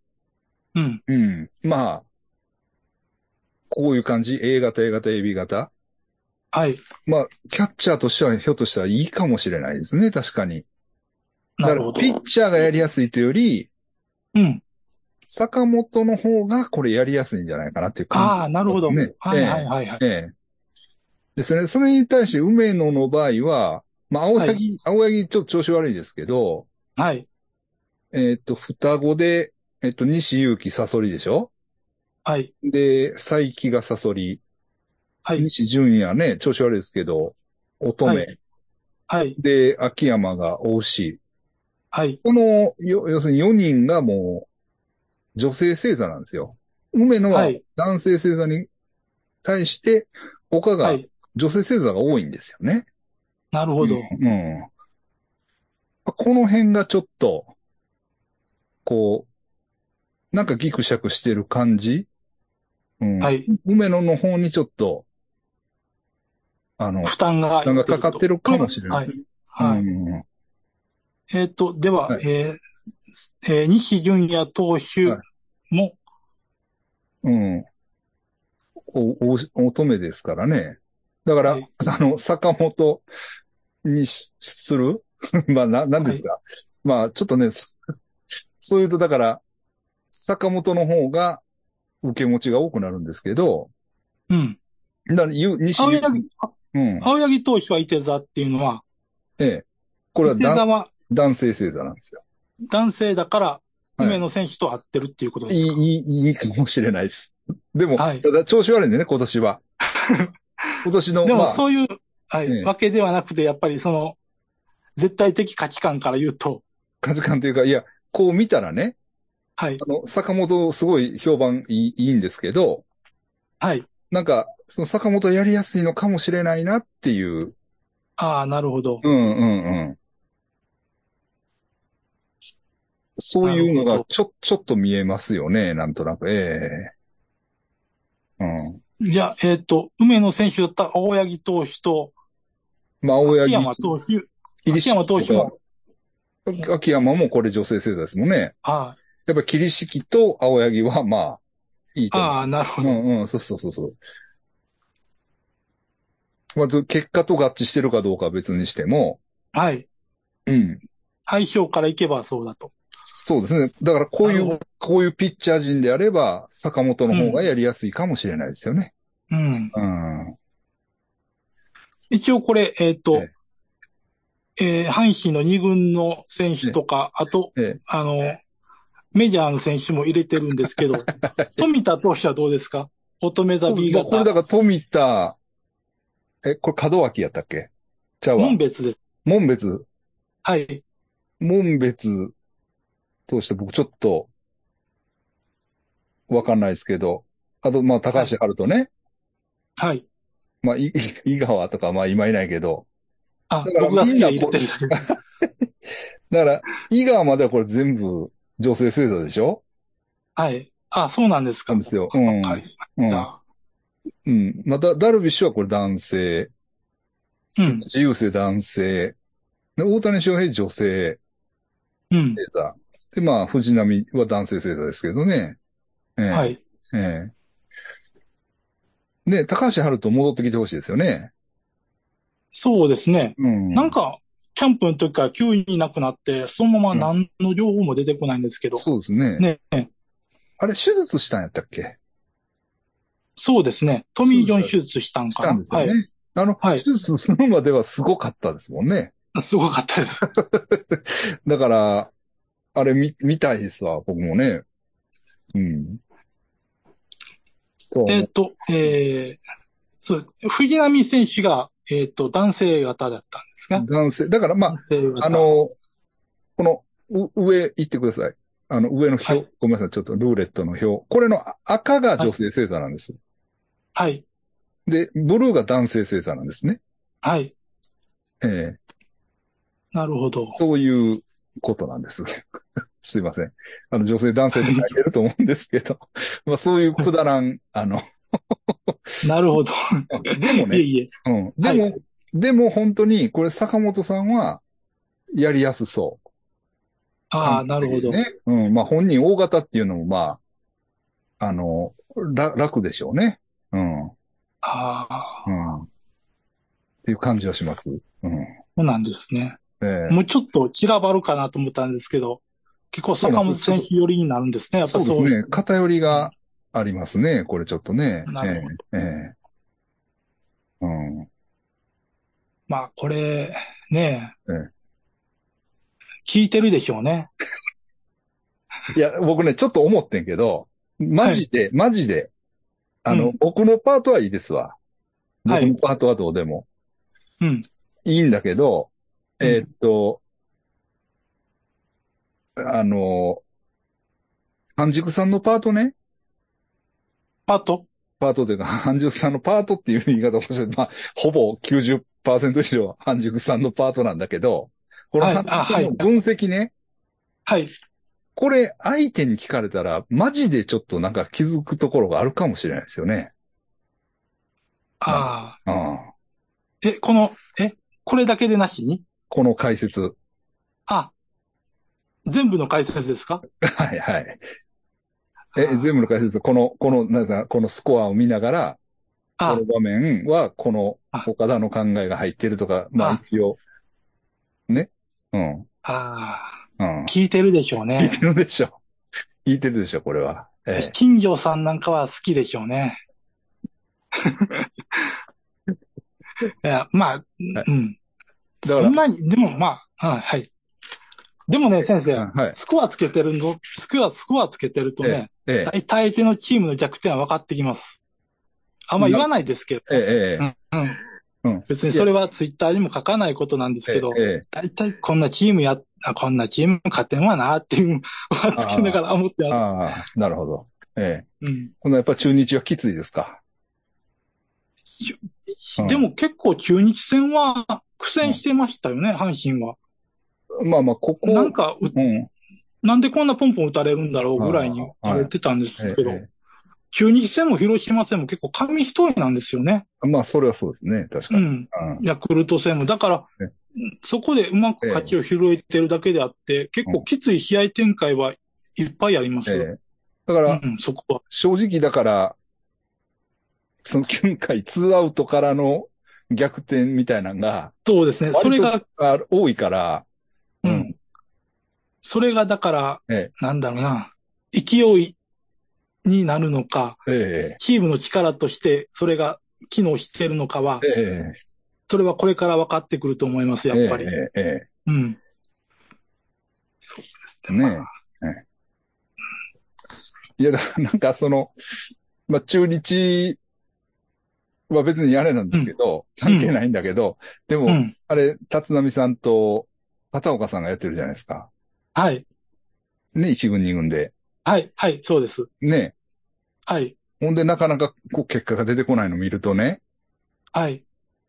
うん。うん。まあ、こういう感じ。A 型、A 型、AB 型。はい。まあ、キャッチャーとしてはひょっとしたらいいかもしれないですね。確かに。なだかるほら、どピ。ッチャーがやりやすいというより、うん。坂本の方がこれやりやすいんじゃないかなっていう感じ。ああ、なるほど。ねはいええはいはいはい。ええ。ですね。それに対して、梅野の場合は、まあ、青柳、は青柳ちょっと調子悪いですけど、はい。えーっと、双子で、えっと、西祐希サソリでしょはい。で、佐伯がサソリ。はい。西純也ね、調子悪いですけど、乙女。はいはい。で、秋山が大牛。はい。この、よ、要するに4人がもう、女性星座なんですよ。梅野ははい男性星座に対して、他はがい。女性星座が多いんですよね。なるほど。うん。うんこの辺がちょっと、こう、なんかギクシャクしてる感じうん。はい。梅野の方にちょっと、あの、負担が。負担がかかってるかもしれないですね。はい。はうい。んえっと、ではは、いえーえー、西純也投手はも、うん。うん。お、お、乙女ですからね。だから、はいあの、坂本にしする [LAUGHS] まあ、な、なんですか、まあ、ちょっとね、 [LAUGHS] そそういうと、だから、坂本の方が受け持ちが多くなるんですけど、うん。だから、ゆ、西青ゆ、柳、うん、青柳投手は伊手座っていうのは、ええ。これ伊は手だ座は男性星座なんですよ。男性だから、はい梅野選手と合ってるっていうこといですか。い、いい、いいかもしれないです。でも、はいただ調子悪いんでね、今 [LAUGHS] 年は。今年の、でもまあそういう、はいええわけではなくて、やっぱりその、絶対的価値観から言うと、価値観というか、いや、こう見たらね、はい、あの、坂本すごい評判いいいいんですけど、はい。なんか、その坂本やりやすいのかもしれないなっていう。ああ、なるほど。うんうんうん。そういうのなるがほどちょ、ちょっと見えますよね、なんとなく。ええうん。じゃあ、えっ、と、梅野選手だったら青柳投手と、まあ、青秋柳、山投手、桐秋敷山投手も、とか秋山もこれ女性星座ですもんね。あやっぱ、桐敷と青柳は、まあ、いいあ、と思うああ、なるほうど。んうん、そうそうそうそう。まず、結果と合致してるかどうかは別にしても、はい。うん。相性からいけばそうだと。そうですね。だから、こういなるう、こういうピッチャー陣であれば、坂本の方がやりやすいかもしれないですよね。うん。うん。一応これ、えっ、とえ、えー阪神の2軍の選手とか、あと、ええあの、メジャーの選手も入れてるんですけ [LAUGHS] ど、富田投手はどうですか乙女座 B これ型。だから、富田、え、これ、門脇やったっけちゃうわ。門別です。門別。はい。門別通して僕ちょっと、わかんないですけど、あと、まあ、高橋春人ね。はい。まあ、い、 [LAUGHS] 井川とか、まあ、今いないけど。あだか、ら僕が好きな入れてるだけです。だから、井川まではこれ全部女性星座でしょ [LAUGHS] はい。あ、そうなんですか。なんですよ。うん。はい。うん。うん。また、ダルビッシュはこれ男性。うん。自由性男性。で、大谷翔平女性うん。星座。で、まあ、藤波は男性星座ですけどね。ええはい。ええ。で、高橋春人戻ってきてほしいですよね。そうですね。うん。なんか、キャンプの時から急にいなくなって、そのまま何の情報も出てこないんですけど。そうですね。ね。あれ、手術したんやったっけそうですね。トミー・ジョン手術したんしかたな。んですよね。はい。あの、はい手術するまではすごかったですもんね。すごかったです。だから、あれ見、見たいですわ、僕もね。うん。そうえっと、えー、そう、藤波選手が、えっ、と、男性型だったんですが、男性。だから、まあ男、性型。あ、の、この、う上行ってください。あの、上の表、はいごめんなさい、ちょっとルーレットの表。これの赤が女性星座なんです。はい、で、ブルーが男性星座なんですね。はい、ええなるほど。そういうことなんです。 [LAUGHS] すいません。あの、女性、男性で書いてると思うんですけど、まあ、そういうくだらん、あ [LAUGHS] の、なるほど。でもいえね、いえ。うん。でも、はでも本当に、これ坂本さんは、やりやすそう。ああ、なるほど。ね。うん。まあ、本人大型っていうのも、まあ、あの、ら、楽でしょうね。うん。うん。っああ、ていう感じはします。うん。そうなんですね。ええもうちょっと散らばるかなと思ったんですけど、結構坂本選手寄りになるんですね。やっぱそそううですね。偏りがありますね。これちょっとね。なるほええええうん。まあ、これ、ねええ聞いてるでしょうね。いや、僕ね、ちょっと思ってんけど、マジで、マジで、あうの、ん僕のパートはいいですわ。僕はいのパートはどうでも。うん。い、いんだけど、うんえーっと、あの、半熟さんのパートね、パッとパートというか、半熟さんのパートっていう言い方をして、まあ、ほぼ90%以上は半熟さんのパートなんだけど、このはい半熟さんのあはい分析ね、はい。これ相手に聞かれたら、マジでちょっとなんか気づくところがあるかもしれないですよね。ああ。うん。え、この、え、これだけでなしにこの解説。 [LAUGHS] あ、全部の解説ですかはいはい。あえ、ー全部の解説。この、この、なんか、このスコアを見ながら、こあの、場面は、このあ、岡田の考えが入ってるとか、まああ一応、ね。うん。うん。ああ、聞いてるでしょう聞いね。てるでしょ。聞いてるでしょ、これは。ええ金魚さんなんかは好きでしょう [LAUGHS] ね。いや、まあ、うん。だからそんなに、でもまあ、うんはい。でもね、先生、はい。スコアつけてるの、スコア、スコアつけてるとね、え大え体相手のチームの弱点は分かってきます。あんま言わないですけど、ええええうんううんん。別にそれはツイッターにも書かないことなんですけど、ええ大体こんなチームや、あこんなチーム勝てんわなっていう、はつきながら思ってええます。ああ、なるほど。ええうんこのやっぱ中日はきついですか。うんでも結構中日戦は苦戦してましたよね、阪神は。まあまあ、ここ、なんかう、うん。なんでこんなポンポン打たれるんだろうぐらいに打たれてたんでえすえけど、え中日戦も広島戦も結構紙一重なんですよね。えまあ、それはそうですね。確かうに。ん。うんヤクルト戦も。だからええ、そこでうまく勝ちを拾えてるだけであって、結構きつい試合展開はいっぱいあります。ええだから、うん、そこは。正直だから、その9回2アウトからの逆転みたいなのが、そうですね。それが割、とあ多いから、ううんん。それがだから、えなんだろうな、勢いになるのか、えチームの力としてそれが機能してるのかはえ、えそれはこれから分かってくると思います、えやっぱり。ええええうん。そうですえね。ねえええいや、だからなんかその、まあ、中日は別にあれなんですけど、うん関係ないんだけど、でも、うん。あれ、立浪さんと片岡さんがやってるじゃないですか。はい。ね、一軍二軍で。はい。はい。そうです。ね。はい。ほんで、なかなかこう結果が出てこないの見るとね、はい。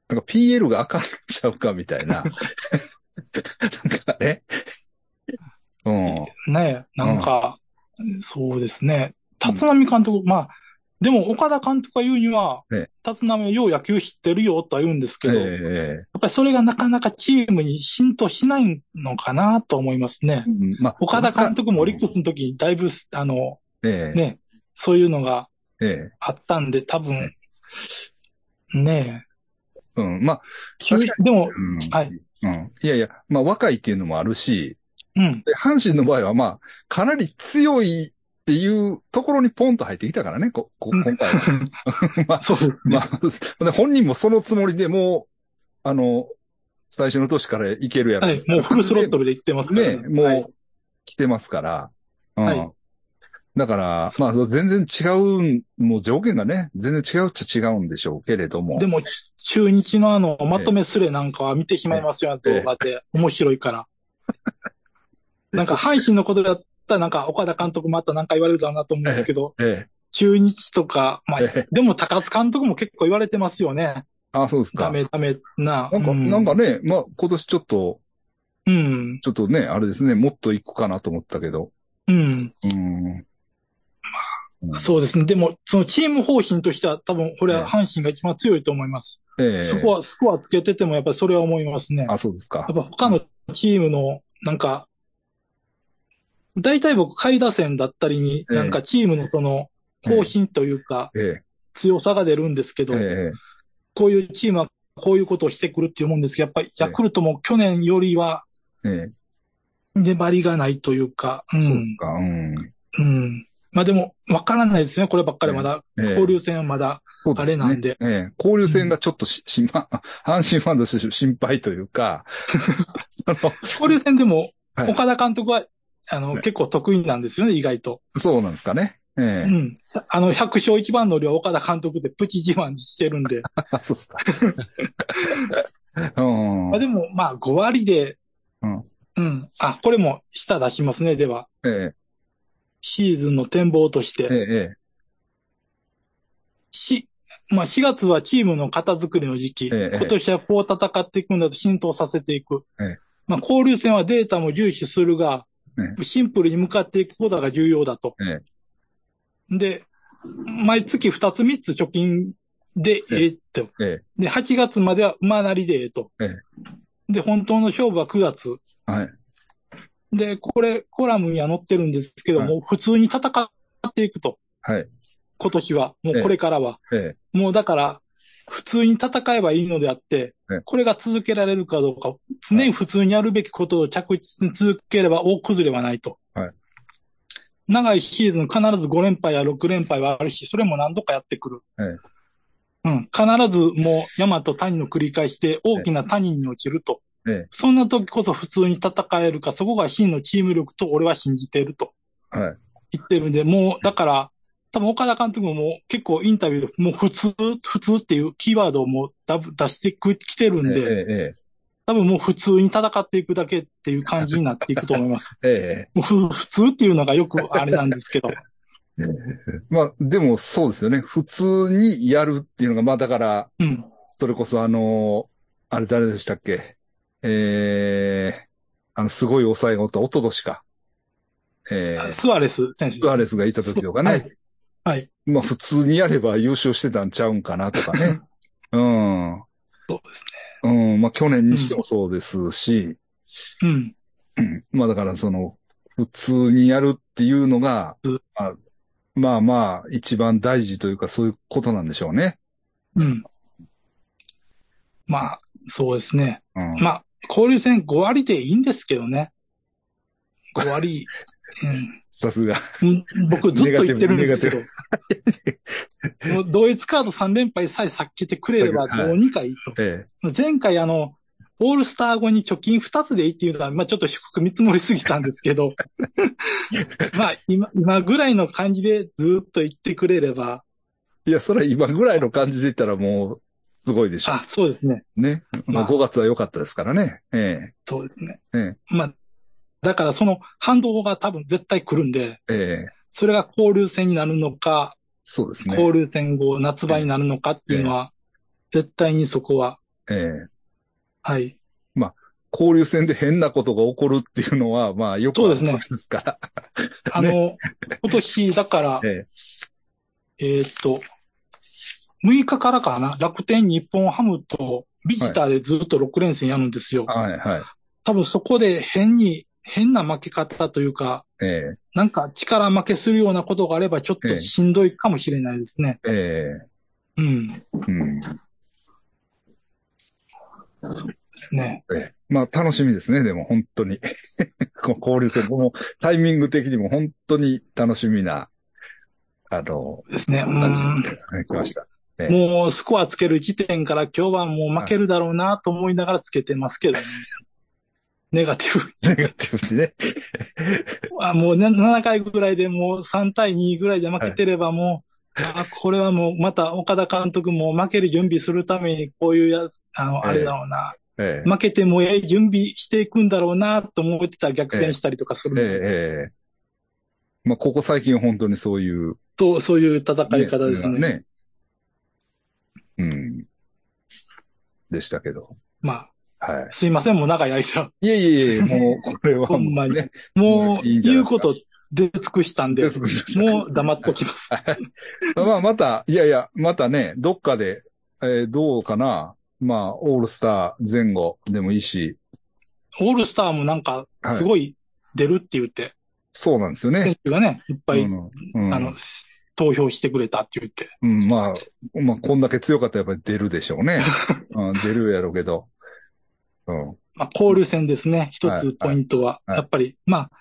なんか PL が赤になっちゃうかみたいな。なん [LAUGHS] かね。うねえ、なんか、そうですね。立浪監督、まあ、でも岡田監督が言うには、え立浪はよう野球知ってるよとは言うんですけん。ど、えやっぱりそれがなかなかチームに浸透しないのかなと思いますねえ。まあ岡田監督もオリックスの時にだいぶ、あの、ええね、そういうのがええあったんで、多分、ねうん。まあ、え、急確かでも、うん。はい。うん。いやいや、まあ若いっていうのもあるし、うん、で阪神の場合はまあ、かなり強いっていうところにポンと入ってきたからね、こ、こ今回は。そうですね。まあ、 [LAUGHS] で本人もそのつもりでもう、あの、最初の年からいけるやろ。はい。もうフルスロットルで行ってますからね、もう、はい来てますから。うん。はいだから、まあ、全然違うん、もう条件がね、全然違うっちゃ違うんでしょうけれども。でも、ち中日のあの、まとめスレなんかは見てしまいますよ、あの動画で。面白いから。なんか、阪神のことだったら、なんか、岡田監督もあったらなんか言われるだろうなと思うんですけど、ええ。中日とか、まあええ、でも高津監督も結構言われてますよね。あ、そうですダか。メ、ダメな。なんか、うんなんかね、まあ、今年ちょっと、うん。ちょっとね、あれですね、もっと行くかなと思ったけど。うん。うん。そうですね。でも、そのチーム方針としては多分、これは阪神が一番強いと思います。ええ。そこは、スコアつけてても、やっぱりそれは思いますね。あ、そうですかやっ。ぱ他のチームの、なんか、大体僕、下位打線だったりに、ええなんかチームのその、方針というか、ええ。強さが出るんですけえど、え。こういうチームはこういうことをしてくるっていうもんですけど、やっぱりヤクルトも去年よりはええ。粘りがないというか、うそうですん。か。うん。うん。まあでも、わからないですね、こればっかりまだ。ええ交流戦はまだ。そうすねあれなんで。ええ、交流戦がちょっとし、心配、 [LAUGHS] 阪神ファンとして心配というか、そ交流戦でも、はい岡田監督は、あの、はい結構得意なんですよね、意外と。のそうなんですかね。えうえ、ん。あの、100勝一番乗りは岡田監督でプチ自慢にしてるんで。あ [LAUGHS] そうっすか。うんまあ、でも、まあ、5割で、うん。うん。あ、これも下出しますね。では、えシーズンの展望としえ、えて。え、えし、まあ、4月はチームの型作りの時期。ええ今年はこう戦っていくんだと浸透させていく。ええまあ、交流戦はデータも重視するが、えシンプルに向かっていくことが重要だと。えで、毎月2つ3つ貯金でええと。え、えで、8月までは馬なりでええと。えで、本当の勝負は9月。え、はい。で、これ、コラムには載ってるんですけどはいも、普通に戦っていくと、はい。今年は、もうこれからは。ええ、もうだから、普通に戦えばいいのであってええ、これが続けられるかどうか、常に普通にやるべきことを着実に続ければ大崩れはないと。はい長いシーズン必ず5連敗や6連敗はあるし、それも何度かやってくる。えうん、必ずもう山と谷の繰り返しで大きな谷に落ちると。ええそんな時こそ普通に戦えるか、そこが真のチーム力と俺は信じているとえ、はい。言ってるんで、もうだから、多分岡田監督ももう結構インタビューでもう普通、普通っていうキーワードをもうだぶ出してきてるえんえ、で、え多分もう普通に戦っていくだけっていう感じになっていくと思い [LAUGHS] ます。え、えもうふ普通っていうのがよくあれなんですけど。え。まあ、でもそうですよね。普通にやるっていうのが、まあだから、うん。それこそあのーあれ誰でしたっけええあの、すごい抑えがおった、おととしか。ええスアレス選手。スアレスがいた時とかね。はい。はい。まあ普通にやれば優勝してたんちゃうんかなとか [LAUGHS] ね。うん。そうですうん。まあ去年にしてもそうですし、ね。うん。 [CLEARS THROAT] まあだからその、普通にやるっていうのがうん、まあ、まあまあ一番大事というかそういうことなんでしょうね。うん。まあ、そうですね。うん。まあ、交流戦5割でいいんですけどね。5割。さすが。 [LAUGHS] うん、僕ずっと言ってるんですけど。もう同一カード3連敗さえ避けてくれればはいどうにかいいと。え前回あの、オールスター後に貯金2つでいいっていうのは、まあちょっと低く見積もりすぎたんですけ [LAUGHS] ど、まあ今、今ぐらいの感じでずっと言ってくれれば、え。いや、それは今ぐらいの感じで言ったらもう、すごいでしょあ、そうですね。うね。ままああ5月は良かったですからね。えそうですね。え。えまあ、だからその反動が多分絶対来るんで、え。ええ。それが交流戦になるのか、そうですね。交流戦後夏場になるのかっていうのは、絶対にそこは、ええ。はい。交流戦で変なことが起こるっていうのは、まあ、よくあることそうでですから。あの、今年、だから、えええーっと、6日からかな、楽天日本ハムとビジターでずっと6連戦やるんですよ。はい、はい。多分そこで変に、変な負け方というか、えなんか力負けするようなことがあればちょっとしんどいかもしれないですね。えうえん。でえうん。すね。ええまあ楽しみですね、でも本当に。 [LAUGHS] この交流戦、このタイミング的にも本当に楽しみな、あの、ですね。う感じん。で来ました。 [LAUGHS] ええもうスコアつける時点から今日はもう負けるだろうなと思いながらつけてます [LAUGHS] けど、ね、ネガティブネガティブにね。あもうな7回ぐらいでもう3対2ぐらいで負けてればもう、あこれはもうまた岡田監督も負ける準備するためにこういうやつ、あの、ええあれだろうな。ええ負けてもええ準備していくんだろうなと思ってたら逆転したりとかすええるええまあ、ここ最近は本当にそういう、と、そういう戦い方ですね。ね。うん。でしたけど。まあ、はすいません、もう長い間。い。いえいえいえ、もう、これはほんもま [LAUGHS] うにね、もう、いいんじゃ言ないうですこかと出尽くしたんで出、尽くしましたもう黙っときます。 [LAUGHS] まあ、また、いやいや、またね、どっかで、えーどうかな。まあ、オールスター前後でもいいし、オールスターもなんか、すごい出るって言って、そうなんですよね。選手がね、いっぱい、うんうんあの、投票してくれたって言って。うん、まあ、まあ、こんだけ強かったらやっぱり出るでしょ [LAUGHS] うね。うん、出るやろうけど。うん。まあ、交流戦ですね。一はいつポイントは。はいやっぱり、まあ、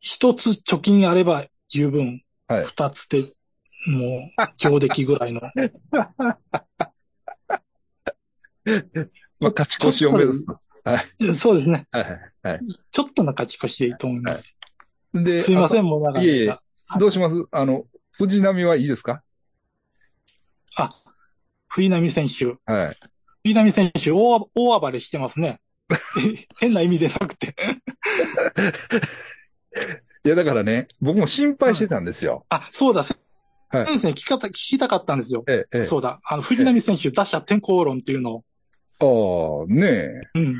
一つ貯金あれば十分。はい二つで、もう、強敵ぐら [LAUGHS] いの。まあ、勝ち越しを目指す。そうですね。はいはいはい。ちょっとの勝ち越しでいいと思います。で、すいません。ん、もう長いえいいえ間。どうしますあの、藤波はいいですかあ、藤波選手。はい。藤波選手、大大暴れしてます [LAUGHS] ね。変な意味でなくて。いや、だからね、僕も心配してたんですよ。あ、そうだ、先はい生に聞き方、聞きたかったんですよ。ええ、ええ。そうだ、あの、藤波選手、打者転向論っていうのを。ああ、ねうん。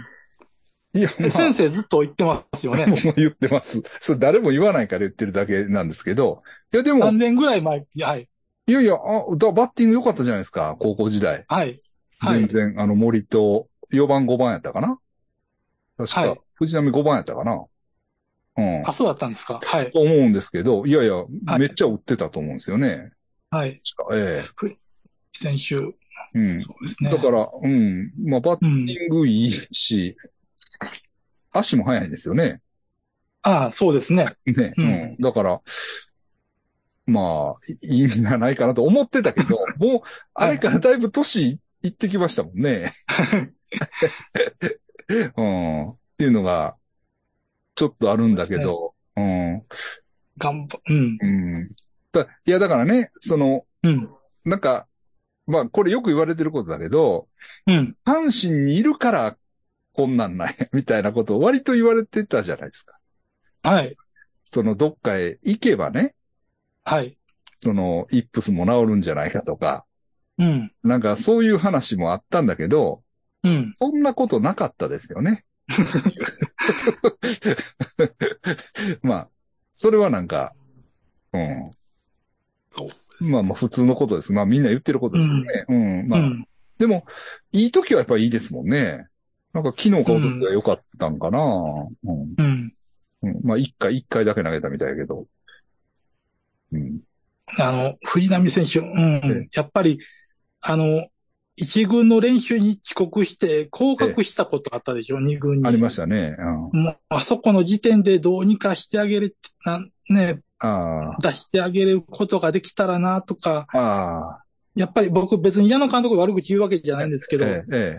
え。いや、まあ、先生ずっと言ってますよね。僕も言ってます。それ誰も言わないから言ってるだけなんですけど。いや、でも何、年ぐらい前、いやはい、いやいや、あだバッティング良かったじゃないですか、高校時代。はい、はい全。然、あの、森と、4番5番やったかな確か、はい藤波5番やったかなうん。あ、そうだったんですか。はいと、思うんですけど、いやいや、はいめっちゃ打ってたと思うんですよね。はい。確か、え先週、え。うん。そうですね。だから、うん。まあ、バッうバッんテ。ィングいいし、足も速いんですよね。ああ、そうですね。ね。うんうん。だから、まあ、い [LAUGHS] いんじゃないかなと思ってたけど、もう、あれからだいぶ年い [LAUGHS] ってきましたもんね。うん。っていうのが、ちょっとあるんだけど、頑張、うん、うん。うん。だいや、だからね、その、うん、なんか、まあ、これよく言われてることだけど、うん。阪神にいるから、こんなんない、みたいなことを割と言われてたじゃないですか。はい、そのどっかへ行けばね、はい、そのイップスも治るんじゃないかとか、うん、なんかそういう話もあったんだけど、うん。そんなことなかったですよね。 [LAUGHS] まあ、それはなんか、うん。そうまあまあ普通のことです。まあみんな言ってることですよね。うん。まあ、うん、でも、いい時はやっぱいいですもんね。なんか昨日買う時は良かったんかな、うんうん。うんまあ、一回、一回だけ投げたみたいだけど。うん。あの、藤波選手、うん、うえん。やっぱり、あの、一軍の練習に遅刻して、降格したことあったでしょ、二軍に。ありましたね。うんもう、あそこの時点でどうにかしてあげれ、なんね、あ出してあげることができたらな、とか、あ。ああ。やっぱり僕別に矢野監督悪口言うわけじゃないんですけど、ええ、ええ。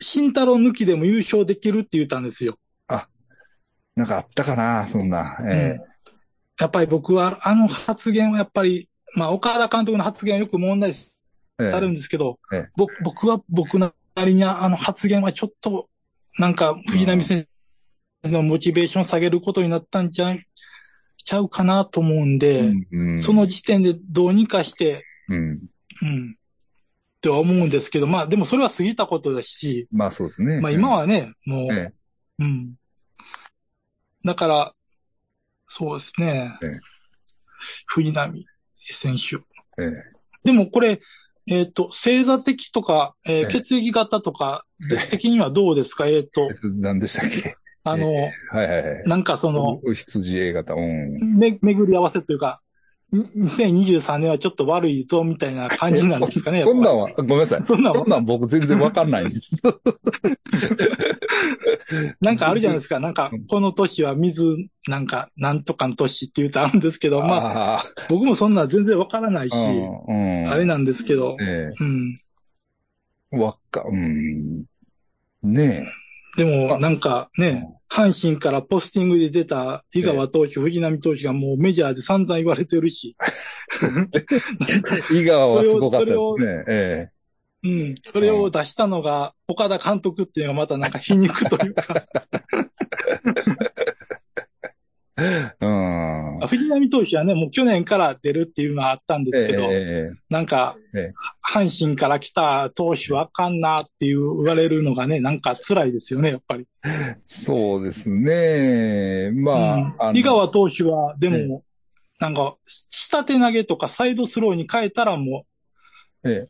慎太郎抜きでも優勝できるって言ったんですよ。なんかあったかな、そんな。えうんやっぱり僕はあの発言はやっぱり、まあ岡田監督の発言はよく問題視えええされるんですけど、ええぼ僕は僕なりにあの発言はちょっと、なんか藤波選手のモチベーションを下げることになったんじゃんちゃうかなと思うんで、うんうんその時点でどうにかして、うん。うん、とは思うんですけど、まあでもそれは過ぎたことだし、まあそうですね。まあ今はね、もう、ええ、うん。だから、そうですね。ええ藤波選手。ええ。でもこれ、えっ、と、星座的とか、えーええ血液型とかえ的にはどうですかえっ、と、何でしたっけあの、はいはいはい。なんかその、お羊 A 型。うん。め、巡り合わせというか、に2023年はちょっと悪いぞみたいな感じなんですかね [LAUGHS] そんなんんは、ごめんなさい。そんなんそんなん僕全然わかんないんです。なんかあるじゃないですか。なんか、この年は水、なんか、なんとかの年って言うとあるんですけど、 [LAUGHS] まあ、まあ僕もそんな全然わからないし、ー、うん。あれなんですけど、えうん。えわっか、うん。ねであも、なんかね、阪神からポスティングで出た井川投手、藤浪投手がもうメジャーで散々言われてるし、え。井川はすごかったですね。えうん。それを出したのが、岡田監督っていうのがまたなんか皮肉という [LAUGHS] か、え。うん。藤浪投手はね、もう去年から出るっていうのはあったんですえけど、えなんかええ、阪神から来た投手はあかんなっていう言われるのがね、なんか辛いですよね、やっぱり。そうですね。まあ、あうのん、井川投手は、でえも、なんか、下手投げとかサイドスローに変えたらもう、え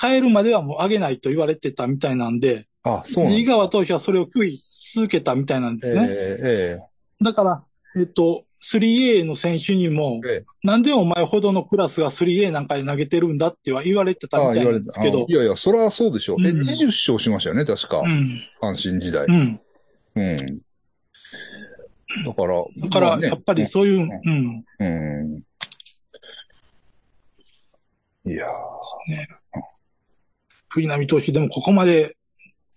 変えるまではもう上げないと言われてたみたいなんで、あ、そうなんでで井川投手はそれを拒否し続けたみたいなんですすね。ね。えだから、えっと、3A の選手にもええ、なんでお前ほどのクラスが 3A なんかで投げてるんだっては言われてたあみあたい言わなれんてですけどあい、やいや、それはそうでしょう。え、うん20勝しましたよね、確かう。ん、阪神時代う。ん。うん。だから、だかまら、あねやっぱりそういう、ねうん。うん。いや藤浪投手でもここまで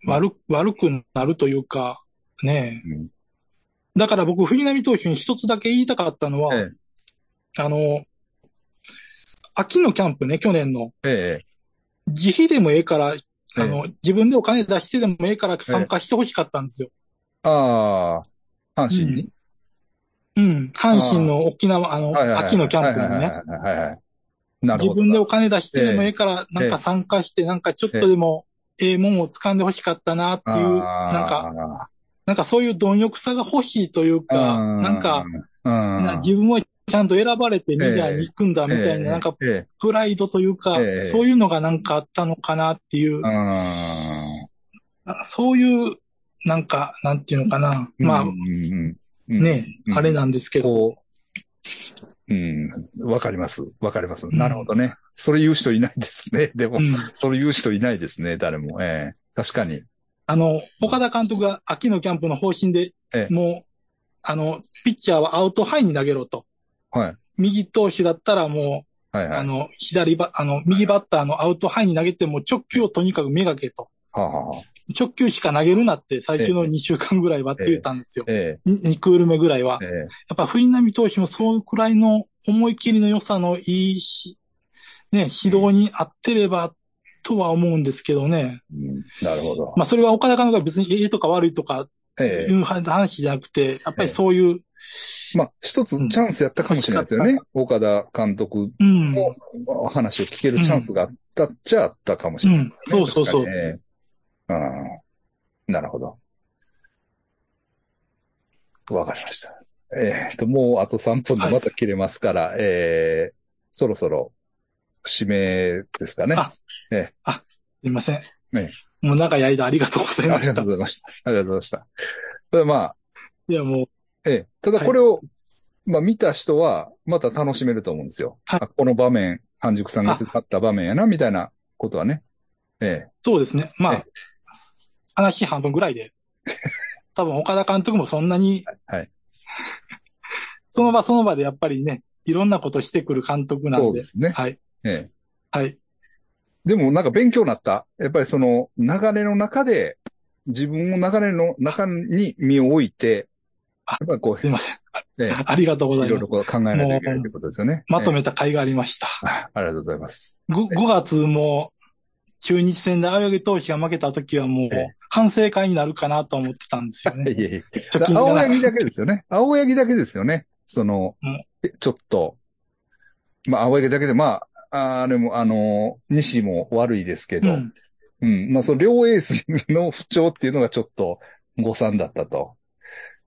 悪く、悪くなるというか、ねえうんだから僕、藤浪投手に一つだけ言いたかったのは、えあの、秋のキャンプね、去年の、ええ自費でもええから、えあの、自分でお金出してでもええから参加してほしかったんですよ。え。ああ、阪神に、うん。阪神の沖縄、あの、はいはいはい秋のキャンプにはいね。はいはいはいはい。なる自ほど。分でお金出してでもええええから、なんか参加して、なんかちょっとでも、ええもんを掴んでほしかったなっていう、ああなんか、、なんかそういう貪欲さが欲しいというか、うんなんか、、うんな自分はちゃんと選ばれてメディアに行くんだみたいええな、なんかええプライドというか、ええそういうのがなんかあったのかなっていう、あなんかそういう、なんか、なんていうのかな。ーまあうん、うんうんね、うんあれなんですけど、こう、うん、わかります。わかります。んなるほどね。それ言う人いないですね。 [LAUGHS] でも、うんそれ言う人いないですね、誰も。ええ確かに。あの、岡田監督が秋のキャンプの方針でえ、えもう、あの、ピッチャーはアウトハイに投げろと。はい。右投手だったらも、はいうはい。あの、左ば、あの、右バッターのアウトハイに投げても直球をとにかく目がけと。はあはあ直球しか投げるなって最初の2週間ぐらいはって言ったんですよ。え2クール目ぐらいはえ。えやっぱ藤浪投手もそうくらいの思い切りの良さのいいし、ね、指導に合ってればとは思うんですけどね。えうんなるほど。まあそれは岡田監督は別にええとか悪いとかえいえう話じゃなくて、やっぱりそういう、まあ、一つチャンスやったかもしれないですよね。岡田監督うん、の話を聞けるチャンスがあったっちゃあったかもしうれない、ん、そうそうそう。確かにええうんなるほど。わかりました。えっ、と、もうあと3分でまた切れますから、ええそろそろ、指名ですかね。あすいません。ねもう長い間ありがとうございあまりがしとたう。ございました。ありがとうございました。ただまあ、いやもう、ええ、ただはいこれを、まあ見た人は、また楽しめると思うんですよ。はいあこの場面、半熟さんが立った場面やな、みたいなことはね。えそうですね。まえあ、話半分ぐらい [LAUGHS] で。多分岡田監督もそんなに、はいはい [LAUGHS] その場その場でやっぱりね、いろんなことしてくる監督え、なそんうでで。すね。はい。ええ。はい。でもなんか勉強になった。やっぱりその流れの中で、自分の流れの中に身を置いて、やあっぱりこすいません。う、ね、ありがとうございいろいまろす。こう考えないといけないということですよね。まとえめた甲斐がありました。えあありがとうございます。 5, 月も中日戦で青柳投手が負けた時はもうええ反省会になるかなと思ってたんですよいえね。いえ貯金が青な柳だくけですよね。青柳だけですよね。そのうん、えちょっと、まあ青柳だけで、まあ、あーあれも、あのー、西も悪いですけうど、ん。うん、まあその両エースの不調っていうのがちょっと誤算だったと。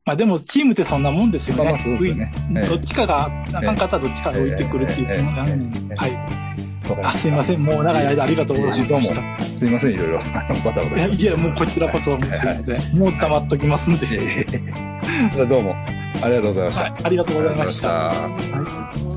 まあでもチームってそんなもんですよまあね。まあそうですよね。ええどっちかが、あかんかったらどっちかが浮いてくるっていうのがあんねんええええええはい。わかりまあ、したすいません。もう長い間ありがとうございました。すいません、いろい [LAUGHS] ろ。あの、バタバタいや、して。いやもうこちらこそ、すいません。もう黙っときますんで。 [LAUGHS] いやいやいやどうも、ありがとうございました。はいありがとうございました。ありがとうございましたはい「心の